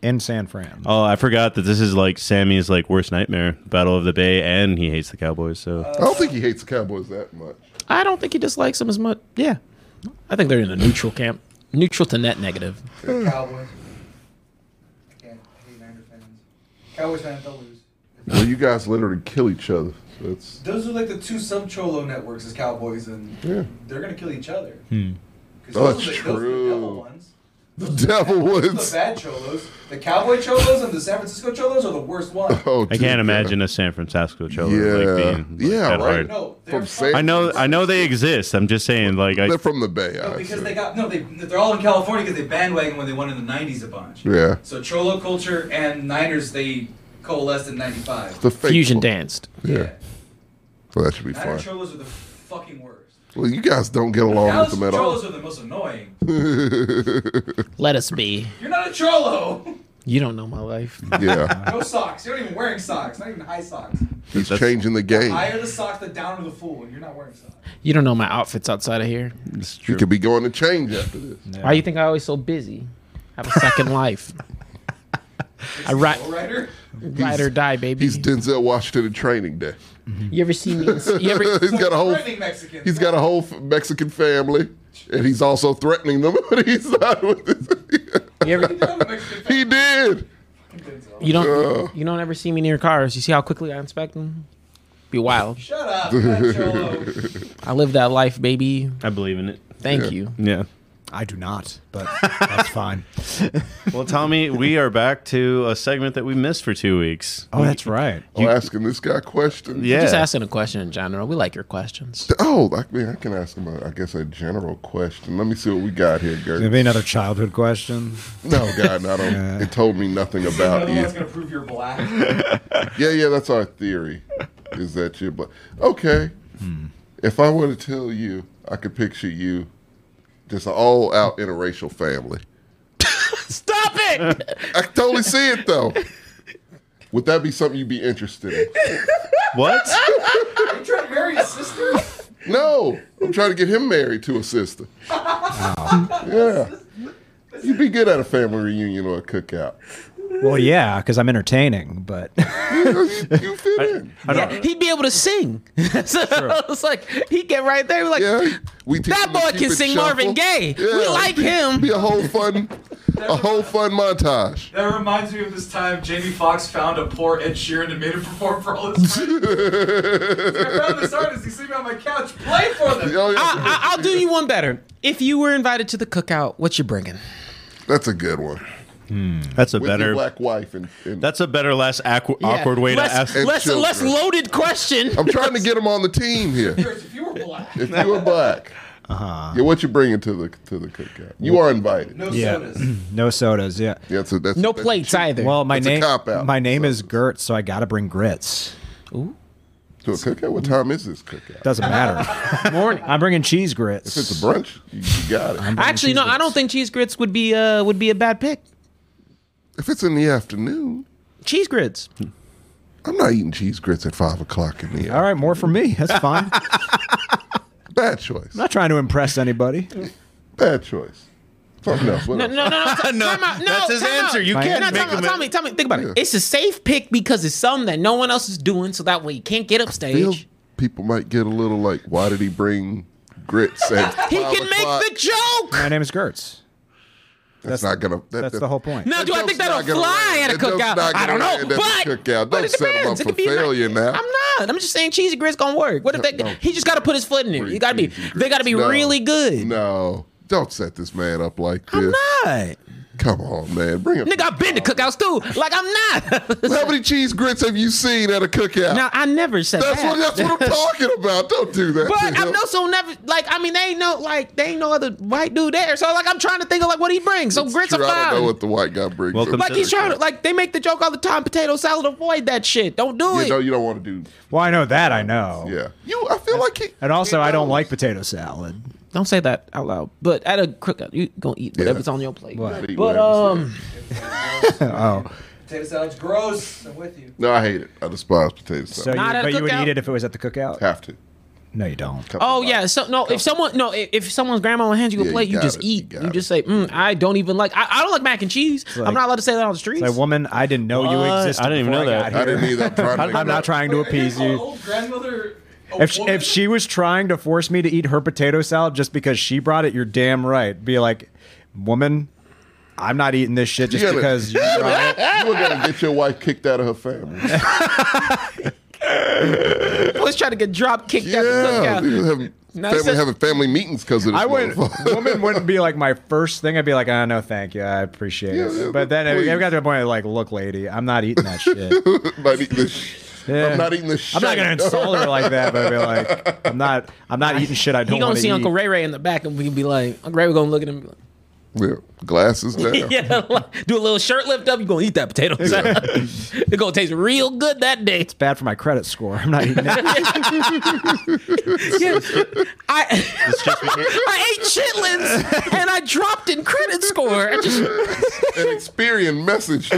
S4: In San Fran.
S2: Oh, I forgot that this is like Sammy's like worst nightmare, Battle of the Bay, and he hates the Cowboys. So
S3: I don't think he hates the Cowboys that much.
S1: I don't think he dislikes them as much. Yeah. I think they're in a neutral camp. Neutral to net negative.
S3: Hmm.
S5: The Cowboys. I can't. I hate Niner fans. Cowboys fans don't lose.
S3: Well, you guys literally kill each other. That's
S5: Those are like the two sub cholo networks as Cowboys, and
S3: Yeah.
S5: they're gonna kill each other.
S2: Hmm.
S5: 'Cause
S3: Oh,
S5: those, are the, those are
S3: true.
S5: the devil ones.
S3: Devil
S5: Those are
S3: Woods.
S5: the bad cholos. The Cowboy cholos and the San Francisco cholos are the worst ones.
S3: <laughs> Oh,
S2: I
S3: dude, yeah.
S2: can't imagine a San Francisco cholo
S3: Yeah.
S2: like being like,
S3: Yeah,
S2: that
S3: <laughs> right.
S2: hard.
S5: No, they're
S3: From
S5: fucking-
S3: San-
S2: I know, I know they exist. I'm just saying, like, I,
S3: They're from the Bay.
S5: No,
S3: I
S5: because
S3: said.
S5: they got no. They they're all in California because they bandwagon when they won in the '90s a bunch.
S3: yeah.
S5: So Cholo culture and Niners they coalesced in '95.
S3: The fake
S1: Fusion
S3: one.
S1: danced.
S3: Yeah. Well, that should be
S5: Niner
S3: fun.
S5: Cholos are the fucking worst.
S3: Well, you guys don't get along with
S5: Dallas
S3: them at all.
S5: Cholos are the most annoying.
S1: Let us be.
S5: You're not a Cholo. <laughs>
S1: You don't know my life.
S3: Yeah. <laughs>
S5: No socks. You're not even wearing socks. Not even high socks.
S3: He's
S2: That's-
S3: changing the game.
S5: Higher the sock, the downer the fool, and you're not wearing socks.
S1: You don't know my outfits outside of here.
S2: It's
S3: You
S2: true.
S3: could be going to change after this.
S1: Why you think I always so busy? Have a
S3: <laughs>
S1: second life. I ride,
S5: Low rider.
S1: ride or die, baby.
S3: He's Denzel Washington in Training Day. <laughs>
S1: you ever see me? in- You ever,
S3: he's got a whole
S5: Threatening Mexicans.
S3: he's
S5: <laughs>
S3: got a whole f- Mexican family, and he's also threatening them. <laughs> But he's not with <laughs>
S1: you ever,
S5: I'm a Mexican fan.
S3: He did.
S1: you don't, you don't ever see me near cars. You see how quickly I inspect them? Be wild.
S5: Shut
S3: <laughs>
S5: up, fat cholo.
S1: I live that life, baby.
S2: I believe in it.
S1: Thank you.
S2: Yeah.
S4: I do not, but that's fine.
S2: Well, Tommy, we are back to a segment that we missed for two weeks.
S4: <laughs> Oh, that's right.
S3: I'm asking this guy questions.
S2: Yeah.
S1: Just asking a question in general. We like your questions.
S3: Oh, I mean, I can ask him. A, I guess a general question. Let me see what we got here, Gert.
S4: Maybe another childhood question.
S3: No, God, no, I don't. It told me nothing about
S5: Another
S3: you.
S5: one's gonna prove you're black.
S3: Yeah, yeah, that's our theory. Is that you're black? Okay. If I were to tell you, I could picture you, just an all-out interracial family.
S1: Stop
S2: <laughs>
S1: it!
S3: I can totally see it though. Would that be something you'd be interested in?
S2: <laughs> What?
S5: Are you trying to marry his sister?
S3: <laughs> No, I'm trying to get him married to a sister. Yeah, you'd be good at a family reunion or a cookout.
S4: <laughs> Well, yeah, because I'm entertaining, but
S3: You, you fit in.
S1: Yeah, he'd be able to sing. <laughs> so it's like he'd get right there. Like
S3: Yeah, we teach
S1: That
S3: them to
S1: boy
S3: keep
S1: can
S3: it
S1: sing
S3: shuffle.
S1: Marvin Gaye. We like
S3: it'd be-
S1: him.
S3: it'd Be a whole fun, a whole fun montage.
S5: That reminds me of this time Jamie Foxx found a poor Ed Sheeran and made him perform for all his friends. I found this artist. He's sleeping on my couch. Play for them.
S3: Oh, yeah,
S1: I, I, I'll do you one better. If you were invited to the cookout, what you bringing? ah.
S3: that's a good one.
S2: That's a
S3: With your
S2: better.
S3: black wife and. and
S2: That's a better, less aqu- awkward way to
S1: less, <laughs>
S2: ask.
S3: And
S1: Less, less
S3: children.
S1: loaded question.
S3: I'm trying to get him on the team here.
S5: Chris, If you were black,
S3: If you were black, uh-huh. yeah, what you bringing to the to the cookout? You are invited.
S4: <laughs>
S5: no
S4: Yeah.
S5: sodas.
S4: no sodas. Yeah.
S3: Yeah, so that's
S1: No
S3: that's
S1: plates
S3: cheap
S1: either.
S4: Well, my
S3: It's a
S4: name
S3: cop-out,
S4: my name
S3: so-
S4: is Gert, so I gotta bring grits.
S3: To a cookout? What time is this cookout?
S2: <laughs>
S4: Doesn't matter. Morning. I'm bringing cheese grits.
S3: If it's a brunch, you, you got it.
S1: actually, no, I don't think cheese grits would be uh, would be a bad pick.
S3: if it's in the afternoon,
S1: Cheese grits.
S3: I'm not eating cheese grits at five o'clock in the
S4: All
S3: afternoon.
S4: right, more for me. That's fine. I'm
S3: Bad choice.
S4: not trying to impress anybody.
S3: Bad choice. Something else. What
S1: No,
S3: else?
S1: no, no,
S3: <laughs>
S1: no. t-
S2: No,
S1: time out. no
S2: that's his
S1: time
S2: answer.
S1: Out.
S2: You
S1: No,
S2: can't
S1: no,
S2: make
S1: time out.
S2: him a-
S1: Tommy, Tommy, think about
S3: Yeah.
S1: it. It's a safe pick because it's something that no one else is doing, so that way you can't get upstage.
S3: Feel- people might get a little like, why did he bring grits? At
S1: <laughs> he
S3: five
S1: can
S3: o'clock?
S1: make the joke.
S4: My name is Gertz.
S3: That's, not gonna. That,
S4: That's
S3: that-
S4: the whole point.
S1: Now,
S3: That
S1: do I
S3: joke's
S1: think that'll
S3: not gonna
S1: fly
S3: land.
S1: at a
S3: That joke's
S1: cookout?
S3: not
S1: I don't
S3: gonna
S1: know,
S3: land
S1: but,
S3: at the cookout.
S1: but
S3: Don't
S1: it
S3: set 'em
S1: depends.
S3: up
S1: It
S3: for
S1: could be nice.
S3: failure now.
S1: I'm not. I'm just saying cheesy grits gonna work. What if they?
S3: No.
S1: He just got to put his foot in it. You got to be.
S3: Cheesy
S1: They got to be
S3: grits. No.
S1: really good.
S3: No, don't set this man up like this.
S1: I'm not.
S3: Come on, man. Bring him.
S1: Nigga, I've been to cookouts too. Like I'm not. <laughs>
S3: How many cheese grits have you seen at a cookout?
S1: now I never said
S3: That's
S1: that.
S3: what that's what I'm talking about. Don't do that.
S1: but
S3: to
S1: I've
S3: him.
S1: also never like I mean they ain't no like they ain't no other white dude there. So like I'm trying to think of like what he brings. So grits
S3: True,
S1: are
S3: I don't know
S1: fine.
S3: what the white guy brings.
S2: Welcome
S3: up.
S1: Like he's trying to like they make the joke all the time. Potato salad, avoid that shit. Don't do
S3: You
S1: it.
S3: know, you don't want to do.
S4: Well, I know that. I know.
S3: Yeah, you. I feel like he.
S4: And also,
S3: he
S4: I don't
S3: knows.
S4: like potato salad.
S1: Don't say that out loud. But at a cookout, you gonna eat whatever's on your plate.
S4: What?
S3: Eat
S1: But
S3: whatever's
S1: um,
S5: Potato salad's gross. I'm with you.
S3: there. no, I hate it. I despise potatoes.
S4: So,
S3: So
S4: you,
S1: Not at a
S4: but you would
S1: cookout?
S4: eat it if it was at the cookout.
S3: have to.
S4: No, you don't.
S1: oh yeah. So no, if someone no, i- if someone's grandma hands you a
S3: Yeah, you
S1: plate, you,
S3: got
S1: just
S3: it.
S1: eat.
S3: You
S1: You,
S3: got
S1: just say, mm, I don't even like. I, I don't like mac and cheese.
S4: like-
S1: I'm not allowed to say that on the streets.
S4: It's like, woman, I didn't know you
S2: What?
S4: existed.
S2: I didn't even
S4: before
S2: know
S4: I
S2: that.
S4: got
S3: I
S4: here.
S3: didn't either. I'm trying to.
S4: <laughs> I'm
S3: figure
S4: not
S3: out-
S4: trying to
S5: Wait, are you
S4: appease
S5: an
S4: you.
S5: Old grandmother. old
S4: If she,
S5: woman?
S4: if she was trying to force me to eat her potato salad just because she brought it, you're damn right. Be like, woman, I'm not eating this shit just
S3: You gotta- <laughs>
S4: because you brought it.
S3: You were gonna get your wife kicked out of
S1: <laughs>
S3: her family.
S1: Let's try to get drop kicked out
S3: yeah,
S1: at the
S3: dude,
S1: cookout.
S3: having,
S1: Now
S3: family
S1: it's a-
S3: having family meetings because of this.
S4: I wouldn't.
S3: motherfucker.
S4: <laughs> woman wouldn't be like my first thing. I'd be like, ah, no, thank you. I appreciate
S3: Yeah,
S4: it.
S3: yeah,
S4: but then
S3: please.
S4: I, I got to the point of like, look, lady, I'm not
S3: <laughs>
S4: eating that shit.
S3: not eating this. sh-
S4: Yeah.
S3: I'm not eating this.
S4: I'm not
S3: shit.
S4: gonna insult her like that, but I'd be like, I'm not. I'm not eating shit I
S1: He
S4: don't want
S1: gonna
S4: to
S1: see
S4: eat.
S1: Uncle Ray Ray in the back, and we can be like, Uncle Ray, we gonna look at him. and be like,
S3: Yeah, glasses down.
S1: <laughs> yeah, like, do a little shirt lift up. You gonna eat that potato salad? <laughs> it gonna taste real good that day.
S4: Bad for my credit score. I'm not eating it.
S1: <laughs> Yeah. <laughs> I I ate chitlins and I dropped in credit score. I
S3: <laughs>
S1: just
S3: An Experian message.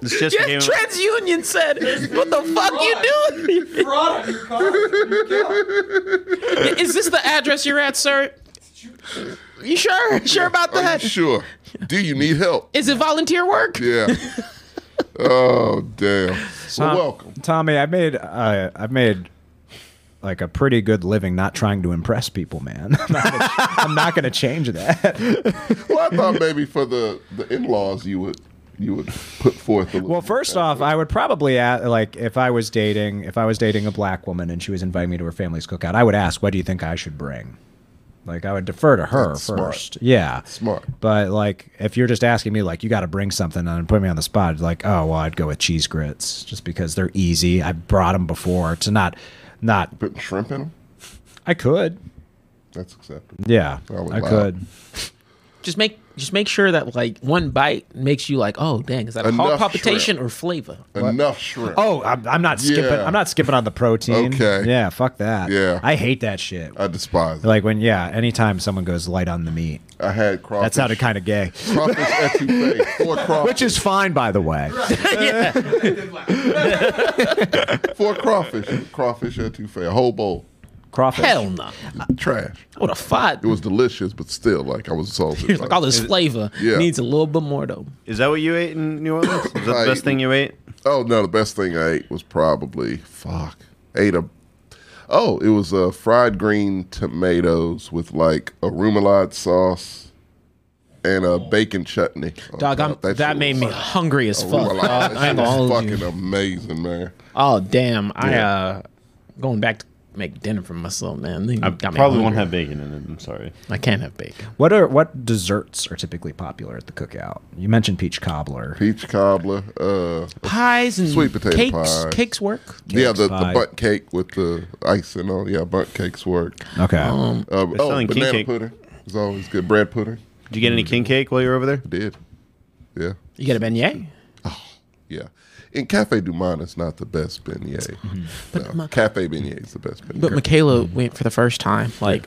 S2: It's just a game.
S1: Yes,
S2: of-
S1: TransUnion said, "What the fuck you doing? <laughs>
S5: Fraud on your car. You go.
S1: Is this the address you're at, sir? You sure? Sure about
S3: Are
S1: <laughs>
S3: you
S1: that?
S3: sure? Do you need help?
S1: Is it volunteer work? <laughs>
S3: Yeah. oh damn. Well, welcome.
S4: Tommy, I've made uh, I've made like a pretty good living not trying to impress people, man. <laughs> I'm not gonna- I'm not going to change that.
S3: Well, I thought maybe for the the in laws you would you would put forth a little.
S4: Well, first off, I would probably ask, like if I was dating if I was dating a black woman and she was inviting me to her family's cookout, I would ask, "What do you think I should bring?" Like I would defer to her
S3: That's smart.
S4: first. Yeah.
S3: Smart.
S4: But like if you're just asking me like you got to bring something and put me on the spot, it's like, "Oh, well, I'd go with cheese grits just because they're easy. I brought them before to not not
S3: putting shrimp in them.
S4: I could.
S3: That's acceptable.
S4: Yeah.
S3: Probably
S4: I
S3: loud.
S4: could.
S1: Just make just make sure that like one bite makes you like, oh dang, is that a heart
S3: Enough
S1: palpitation or flavor?
S3: Enough shrimp.
S4: Oh, I'm, I'm not skipping.
S3: Yeah.
S4: I'm not skipping on the protein.
S3: Okay.
S4: Yeah, fuck that.
S3: Yeah.
S4: I hate that shit.
S3: I despise. It.
S4: like when yeah, anytime someone goes light on the meat,
S3: I had crawfish.
S4: that sounded kind of gay.
S3: crawfish etouffee.
S4: <laughs>
S3: Four crawfish.
S4: Which is fine, by the way.
S5: They did laugh.
S3: Four crawfish. Crawfish etouffee. A whole bowl.
S4: Crawfish.
S1: Hell no.
S3: Trash.
S1: I would have thought.
S3: It was delicious, but still, like I was assaulted.
S1: Here's
S3: by
S1: like all
S4: "Oh,
S3: it.
S1: this flavor
S3: Yeah.
S1: needs a little bit more though.
S2: Is that what you ate in New Orleans? Is that the
S3: I
S2: best
S3: ate-
S2: thing you ate?
S3: Oh no, the best thing I ate was probably fuck. Ate a oh, it was uh, fried green tomatoes with like a remoulade sauce and a bacon chutney. on
S1: Dog,
S3: top.
S1: I'm,
S3: shit
S1: that, made
S3: was
S1: me
S3: like-
S1: hungry as
S3: a
S1: fuck.
S3: remoulade.
S1: dog. I
S3: <laughs> That shit
S1: ain't gonna
S3: was
S1: hold you.
S3: fucking amazing, man.
S1: Oh damn! I uh, going back to make dinner for myself, man. I
S2: Probably won't have bacon in it. I'm sorry.
S1: I can't have bacon.
S4: What are what desserts are typically popular at the cookout? You mentioned peach cobbler.
S3: Peach cobbler, uh,
S1: Pies and
S3: Sweet potato
S1: cakes.
S3: pie.
S1: Cakes work.
S3: yeah, the, the
S4: pie.
S3: bunt cake with the icing on. Yeah, bunt cakes work.
S4: Okay.
S3: Uh, oh,
S2: selling king
S3: banana
S2: cake.
S3: pudding is always good. Bread pudding,
S2: Did you get any king cake while you were over there?
S3: did, yeah.
S1: You get a beignet.
S3: Yeah. In Cafe Du Monde, it's not the best beignet.
S1: Mm-hmm.
S3: No,
S1: my-
S3: Cafe beignet is the best
S1: But
S3: beignet.
S1: Michaela went for the first time, like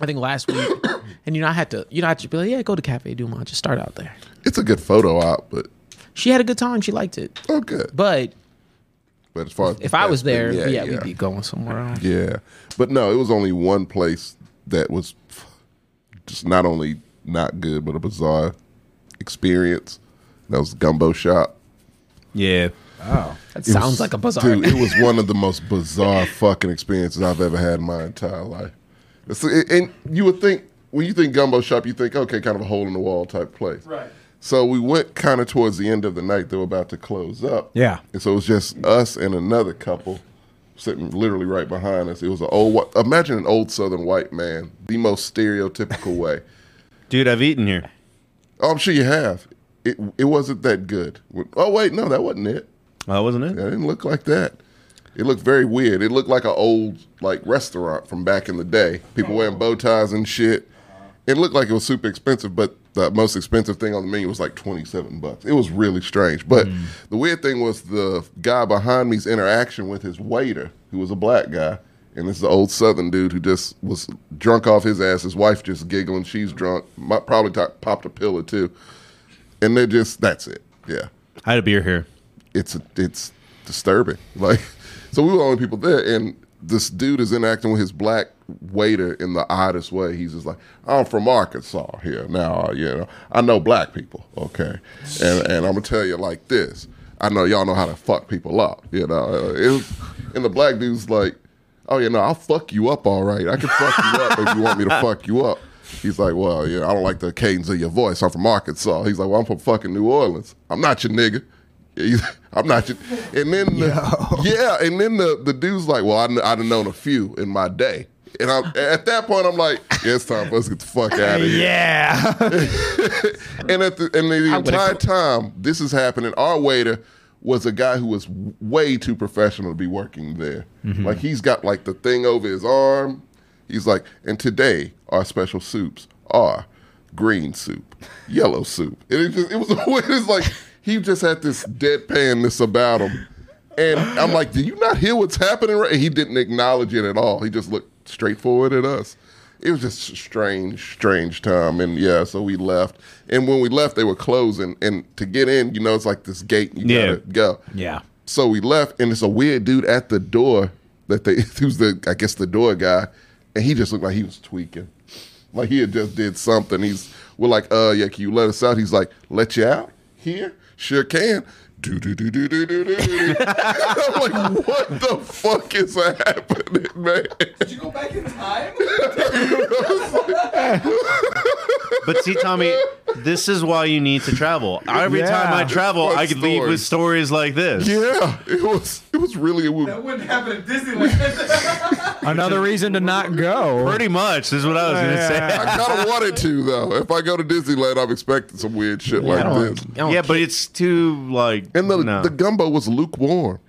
S1: I think last week, <coughs> and you know I had to, you know, I just be like, yeah, go to Cafe Du Monde, just start out there.
S3: it's a good photo op, but
S1: She had a good time, she liked it,
S3: oh, good. But,
S1: but
S3: as far as
S1: if
S3: the
S1: I
S3: best
S1: was there,
S3: beignet,
S1: yeah,
S3: yeah,
S1: we'd be going somewhere else.
S3: Yeah. But no, it was only one place that was <sighs> f- just not only not good, but a bizarre experience. That was Gumbo Shop.
S2: Yeah.
S1: That sounds
S3: was-
S1: like a bizarre.
S3: Dude,
S1: <laughs>
S3: it was one of the most bizarre fucking experiences I've ever had in my entire life. It's- and you would think when you think gumbo shop, you think okay, kind of a hole in the wall type place.
S5: Right.
S3: So we went kind of towards the end of the night. They were about to close up.
S4: Yeah.
S3: And so it was just us and another couple sitting literally right behind us. It was an old. whi- Imagine an old Southern white man, the most stereotypical <laughs> way.
S2: Dude, I've eaten here.
S3: Oh, I'm sure you have. It it wasn't that good. Oh wait, no, that wasn't it.
S2: Well, wasn't it?
S3: That didn't look like that. It looked very weird. It looked like an old like restaurant from back in the day. People wearing bow ties and shit. It looked like it was super expensive, but the most expensive thing on the menu was like twenty seven bucks. It was really strange. But the weird thing was the guy behind me's interaction with his waiter, who was a black guy, and this is an old Southern dude who just was drunk off his ass. His wife just giggling. She's drunk. My, probably to- popped a pill or two, and they're just that's it. Yeah
S2: I had a beer here.
S3: it's it's disturbing. <laughs> Like, so we were the only people there, and this dude is interacting with his black waiter in the oddest way. He's just like, "I'm from Arkansas here now, you know. I know black people, okay, and and I'm gonna tell you like this. I know y'all know how to fuck people up, you know. Uh, It was, and the black dude's like, "Oh yeah, no, I'll fuck you up, all right. I can fuck you up if you want me to fuck you up." He's like, well, yeah, I don't like the cadence of your voice. I'm from Arkansas. He's like, well, I'm from fucking New Orleans. I'm not your nigga. He's- <laughs> I'm not. Your, and then, the, yeah, and then the, the dude's like, "Well, I kn- I'd have known a few in my day." And I'm, at that point, I'm like, yeah, "It's time for us to get the fuck out of here."
S4: Yeah. <laughs>
S3: And at the, and the entire time this is happening, our waiter was a guy who was w- way too professional to be working there. Like he's got like the thing over his arm. He's like, and today our special soups are green soup, yellow soup. And it just it was <laughs> it was like he just had this deadpanness about him. And I'm like, do you not hear what's happening? Right? And he didn't acknowledge it at all. He just looked straight forward at us. it was just strange, strange time. And yeah, so we left. And when we left, they were closing. And to get in, you know, it's like this gate. You
S2: Yeah.
S3: gotta go.
S4: Yeah.
S3: So we left, and it's a weird dude at the door that they <laughs> who's the I guess the door guy, and he just looked like he was tweaking, like he had just did something. He's we're like, uh, yeah, can you let us out? He's like, let you out here? Sure can. Do do do do do do do. do. <laughs> I'm like, what the fuck is happening, <laughs> man?
S5: Did you go back in time?
S2: But see, Tommy, this is why you need to travel. Every
S4: Yeah.
S2: time I travel,
S3: Fuck
S2: I could leave with stories like this.
S3: Yeah, it was it was really it was
S5: That wouldn't happen at Disneyland.
S4: Another reason to not go.
S2: Pretty much is what I was going to say.
S3: I kind of wanted to though. If I go to Disneyland, I'm expecting some weird shit like this.
S2: Yeah, but it's too like.
S3: And the
S2: no.
S3: the gumbo was lukewarm.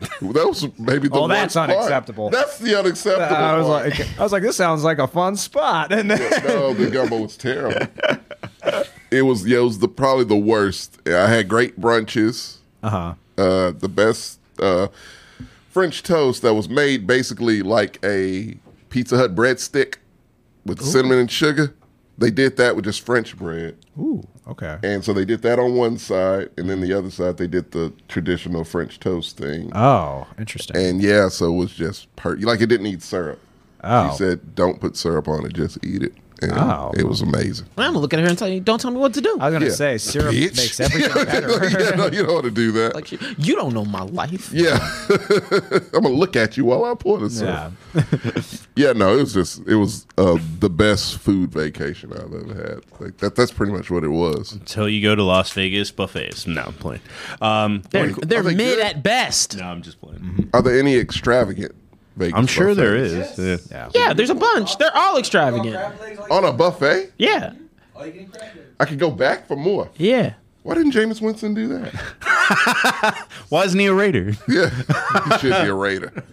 S3: that was maybe the
S4: Oh, that's
S3: worst part.
S4: unacceptable.
S3: That's the unacceptable.
S4: I was
S3: part.
S4: like, I was like, this sounds like a fun spot. And then
S3: no, the gumbo was terrible. it was yeah, it was the probably the worst. I had great brunches.
S4: uh-huh.
S3: Uh, the best uh, French toast that was made basically like a Pizza Hut breadstick with cinnamon and sugar. They did that with just French bread.
S4: <laughs> Ooh, okay.
S3: And so they did that on one side, and then the other side they did the traditional French toast thing.
S4: Oh, interesting.
S3: And yeah, so it was just per like it didn't need syrup.
S4: Oh.
S3: She said, "Don't put syrup on it, just eat it." And
S4: Oh.
S3: it was amazing.
S1: I'm gonna look at her and tell you, don't tell me what to do.
S4: I was gonna
S3: Yeah.
S4: say syrup
S3: Bitch. <laughs>
S4: makes everything better.
S3: yeah, no, you don't want to do that.
S1: like, you don't know my life.
S3: yeah, <laughs> I'm gonna look at you while I pour the
S4: Yeah.
S3: syrup. Yeah, no, it was just it was uh, the best food vacation I've ever had. Like that, that's pretty much what it was.
S2: Until you go to Las Vegas buffets. No, I'm playing. Um,
S1: They're,
S3: Are
S1: they're
S3: they
S1: mid
S3: good?
S1: at best.
S2: no, I'm just playing.
S3: Are there any extravagant? Vegas
S2: I'm sure there
S3: buffets?
S2: is. Yeah.
S4: Yeah.
S1: Yeah, there's a bunch. They're all extravagant.
S5: Crab legs, all you-
S3: On a buffet,
S1: Yeah,
S5: all you can eat crab legs.
S3: I could go back for more.
S1: yeah.
S3: Why didn't Jameis Winston do that? <laughs>
S2: Why isn't he a Raider?
S3: Yeah, <laughs> he should be a Raider.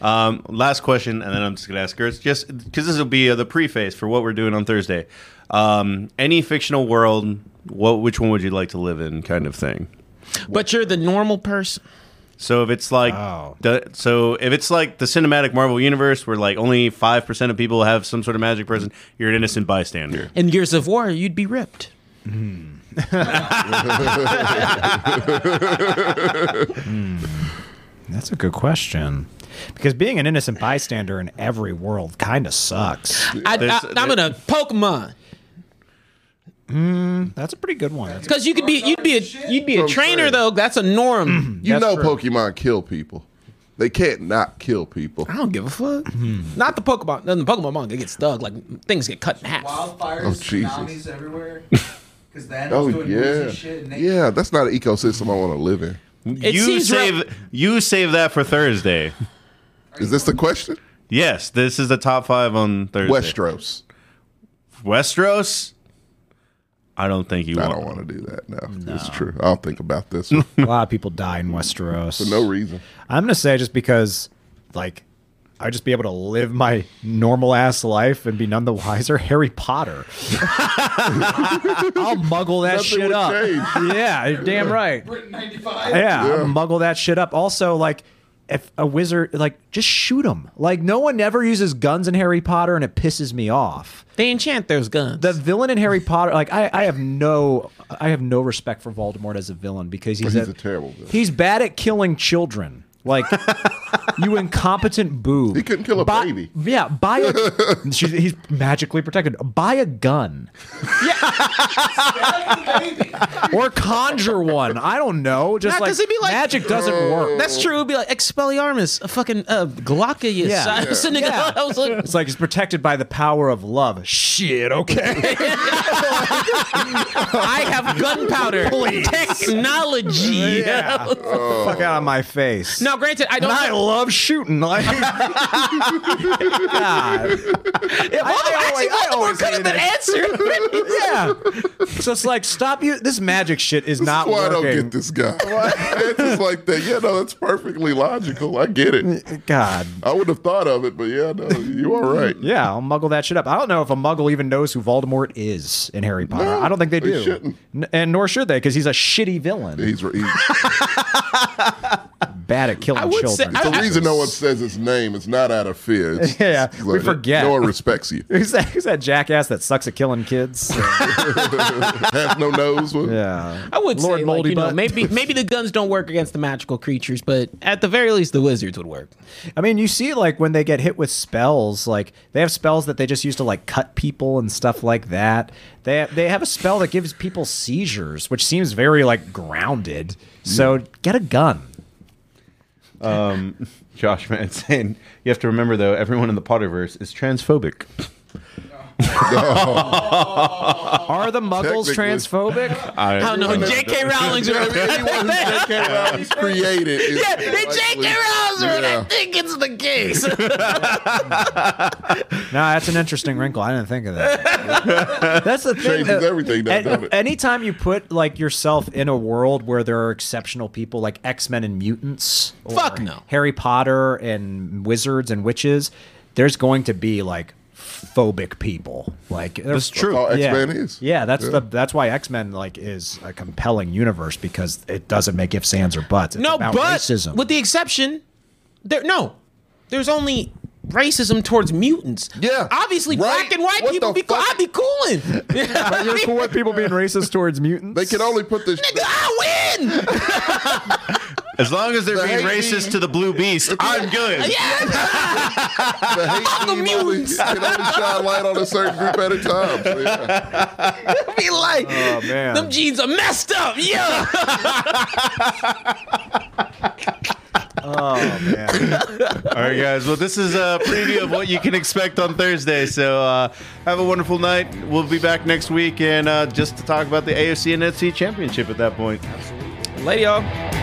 S2: Um, <laughs> last question, and then I'm just going to ask her. It's just because this will be uh, the preface for what we're doing on Thursday. Um, any fictional world, what which one would you like to live in, kind of thing.
S1: But you're the normal person.
S2: So if it's like,
S4: Wow.
S2: the, so if it's like the cinematic Marvel universe, where like only five percent of people have some sort of magic person, you're an innocent bystander.
S1: In Gears of War, you'd be ripped.
S4: That's a good question. Because being an innocent bystander in every world kind of sucks.
S1: I,
S2: There's-
S1: I, I'm gonna Pokemon
S4: That's a pretty good
S3: <laughs>
S4: one. That's
S1: because you could be you'd be a you'd be a
S3: That's what I'm
S1: trainer
S3: saying.
S1: though. That's a
S3: <clears throat>
S1: norm.
S3: You
S4: That's
S3: know,
S4: true.
S3: Pokemon kill people. They can't not kill people.
S1: I don't give a fuck. Not the Pokemon. no, The Pokemon manga gets thug. Like things get cut in half.
S5: Wildfires,
S3: Oh, Jesus.
S5: tsunamis everywhere. Because the animals
S3: Oh
S5: doing
S3: yeah,
S5: crazy shit. And they,
S3: yeah. That's not an ecosystem I want to live in.
S1: It
S2: you
S1: seems
S2: save
S1: re-
S2: you save that for Thursday.
S3: Is this the question?
S2: Yes, this is the top five on Thursday.
S3: Westeros.
S2: Westeros. I don't think you
S3: I
S2: want.
S3: don't want to do that. No, it's true. I'll think about this one
S4: a lot of people die in Westeros.
S3: for
S4: <laughs>
S3: no reason.
S4: I'm gonna say just because, like, I'd just be able to live my normal ass life and be none the wiser. <laughs>
S3: <laughs>
S4: Harry Potter. I'll muggle that
S3: Nothing
S4: shit
S3: would
S4: up.
S3: change.
S4: <laughs> Yeah, you're damn right.
S5: Britain 95.
S4: Yeah, I'll muggle that shit up. Also, like. If a wizard, like, just shoot him. Like, no one ever uses guns in Harry Potter, and it pisses me off.
S1: They enchant those guns.
S4: The villain in Harry Potter, like, I, I have no, I have no respect for Voldemort as a villain because he's,
S3: He's a terrible villain.
S4: He's bad at killing children.
S3: <laughs>
S4: Like you incompetent boob.
S3: He couldn't kill a
S4: Buy-
S3: baby.
S4: Yeah,
S3: <laughs>
S4: buy a. she's, he's magically protected. Buy a gun
S5: <laughs>
S4: or conjure one. I don't know. Just
S1: Nah,
S4: like,
S1: 'cause it'd be like-
S4: magic doesn't work.
S1: That's true. It'd be like Expelliarmus, a fucking uh, Glaucius.
S4: Yeah.
S1: <laughs> I was sitting there-
S4: Yeah.
S1: I was <laughs> like,
S4: it's like it's protected by the power of love. Shit.
S3: <laughs>
S4: Okay.
S1: I have gunpowder, technology.
S4: yeah. Fuck out of my face.
S1: Now, granted, I
S4: And
S1: don't.
S4: I
S1: know-
S4: love shooting. Like, God.
S1: Voldemort- actually,
S4: I
S1: Voldemort
S4: always
S1: could
S4: say
S1: have been answered.
S4: yeah. So it's like, stop you. This magic shit is
S3: That's
S4: not
S3: why I
S4: working.
S3: don't get this
S4: <laughs>
S3: guy. <laughs> it's just like that. Yeah, no, that's perfectly logical. I get it.
S4: God.
S3: I would have thought of it, but yeah, no, you are right.
S4: <laughs> Yeah, I'll muggle that shit up. I don't know if a muggle even knows who Voldemort is in Harry Potter.
S3: No,
S4: I don't think they
S3: they
S4: do.
S3: shouldn't.
S4: N- and nor should they, because he's a shitty villain.
S3: He's, he's
S4: bad at killing
S1: I would say-
S4: children.
S1: I-
S3: The reason no one says its name, it's not out of fear. It's
S4: <laughs> Yeah,
S3: it's
S4: we forget.
S3: No one respects you. <laughs>
S4: who's, that, who's that jackass that sucks at killing kids?
S3: Has no nose. Well,
S4: <laughs> yeah.
S1: <laughs> I would
S4: Lord
S1: say, like, you know,
S4: Moldybutt.
S1: maybe maybe the guns don't work against the magical creatures, but at the very least, the wizards would work.
S4: I mean, you see, like when they get hit with spells, like they have spells that they just use to like cut people and stuff like that. They they have a spell that gives people seizures, which seems very like grounded. So get a gun.
S2: Josh Manson. You have to remember though, everyone in the Potterverse is transphobic.
S4: Are the Muggles
S3: Technically.
S4: transphobic?
S2: I,
S1: I don't <laughs> know. J.K. Rowling's <laughs>
S3: Yeah,
S1: right.
S3: anyone who J.K. Rowling's created. Is
S1: Yeah, it's J.K. Rowling's right. <laughs> I
S3: Yeah.
S1: think it's the case.
S4: no, that's an interesting wrinkle. I didn't think of that.
S3: <laughs>
S4: that's the thing.
S3: Changes
S4: uh,
S3: everything, though,
S4: an-
S3: doesn't it?
S4: anytime you put like yourself in a world where there are exceptional people like X-Men and mutants, or
S1: Fuck no.
S4: Harry Potter and wizards and witches, there's going to be like phobic people. Like that's
S2: true.
S3: All X-Men
S4: yeah.
S3: is.
S4: Yeah, that's the that's why X-Men like is a compelling universe because it doesn't make ifs, ands, or buts. It's
S1: no,
S4: about
S1: but
S4: racism.
S1: with the exception, there no, there's only racism towards mutants.
S3: Yeah,
S1: obviously,
S3: right?
S1: black and white
S3: What
S1: people
S3: the
S1: be cool.
S3: fuck?
S1: I'd be cooling.
S4: you're
S1: <laughs>
S4: cool with people being racist towards mutants.
S3: They can only put this.
S1: I win.
S2: As long as they're
S3: The
S2: being
S3: hate
S2: racist
S3: me.
S2: to the blue beast, I'm good.
S1: Yeah,
S3: the
S1: <laughs>
S3: hate
S1: the
S3: team only-
S1: mutants.
S3: can only shine light on a certain group at a time. So, yeah.
S1: I'd be like,
S4: oh man,
S1: them jeans are messed up. Yeah.
S4: oh man.
S2: All right, guys. Well, this is a preview of what you can expect on Thursday. So uh, have a wonderful night. We'll be back next week and uh, just to talk about the AFC and NFC championship at that point.
S1: Later, y'all.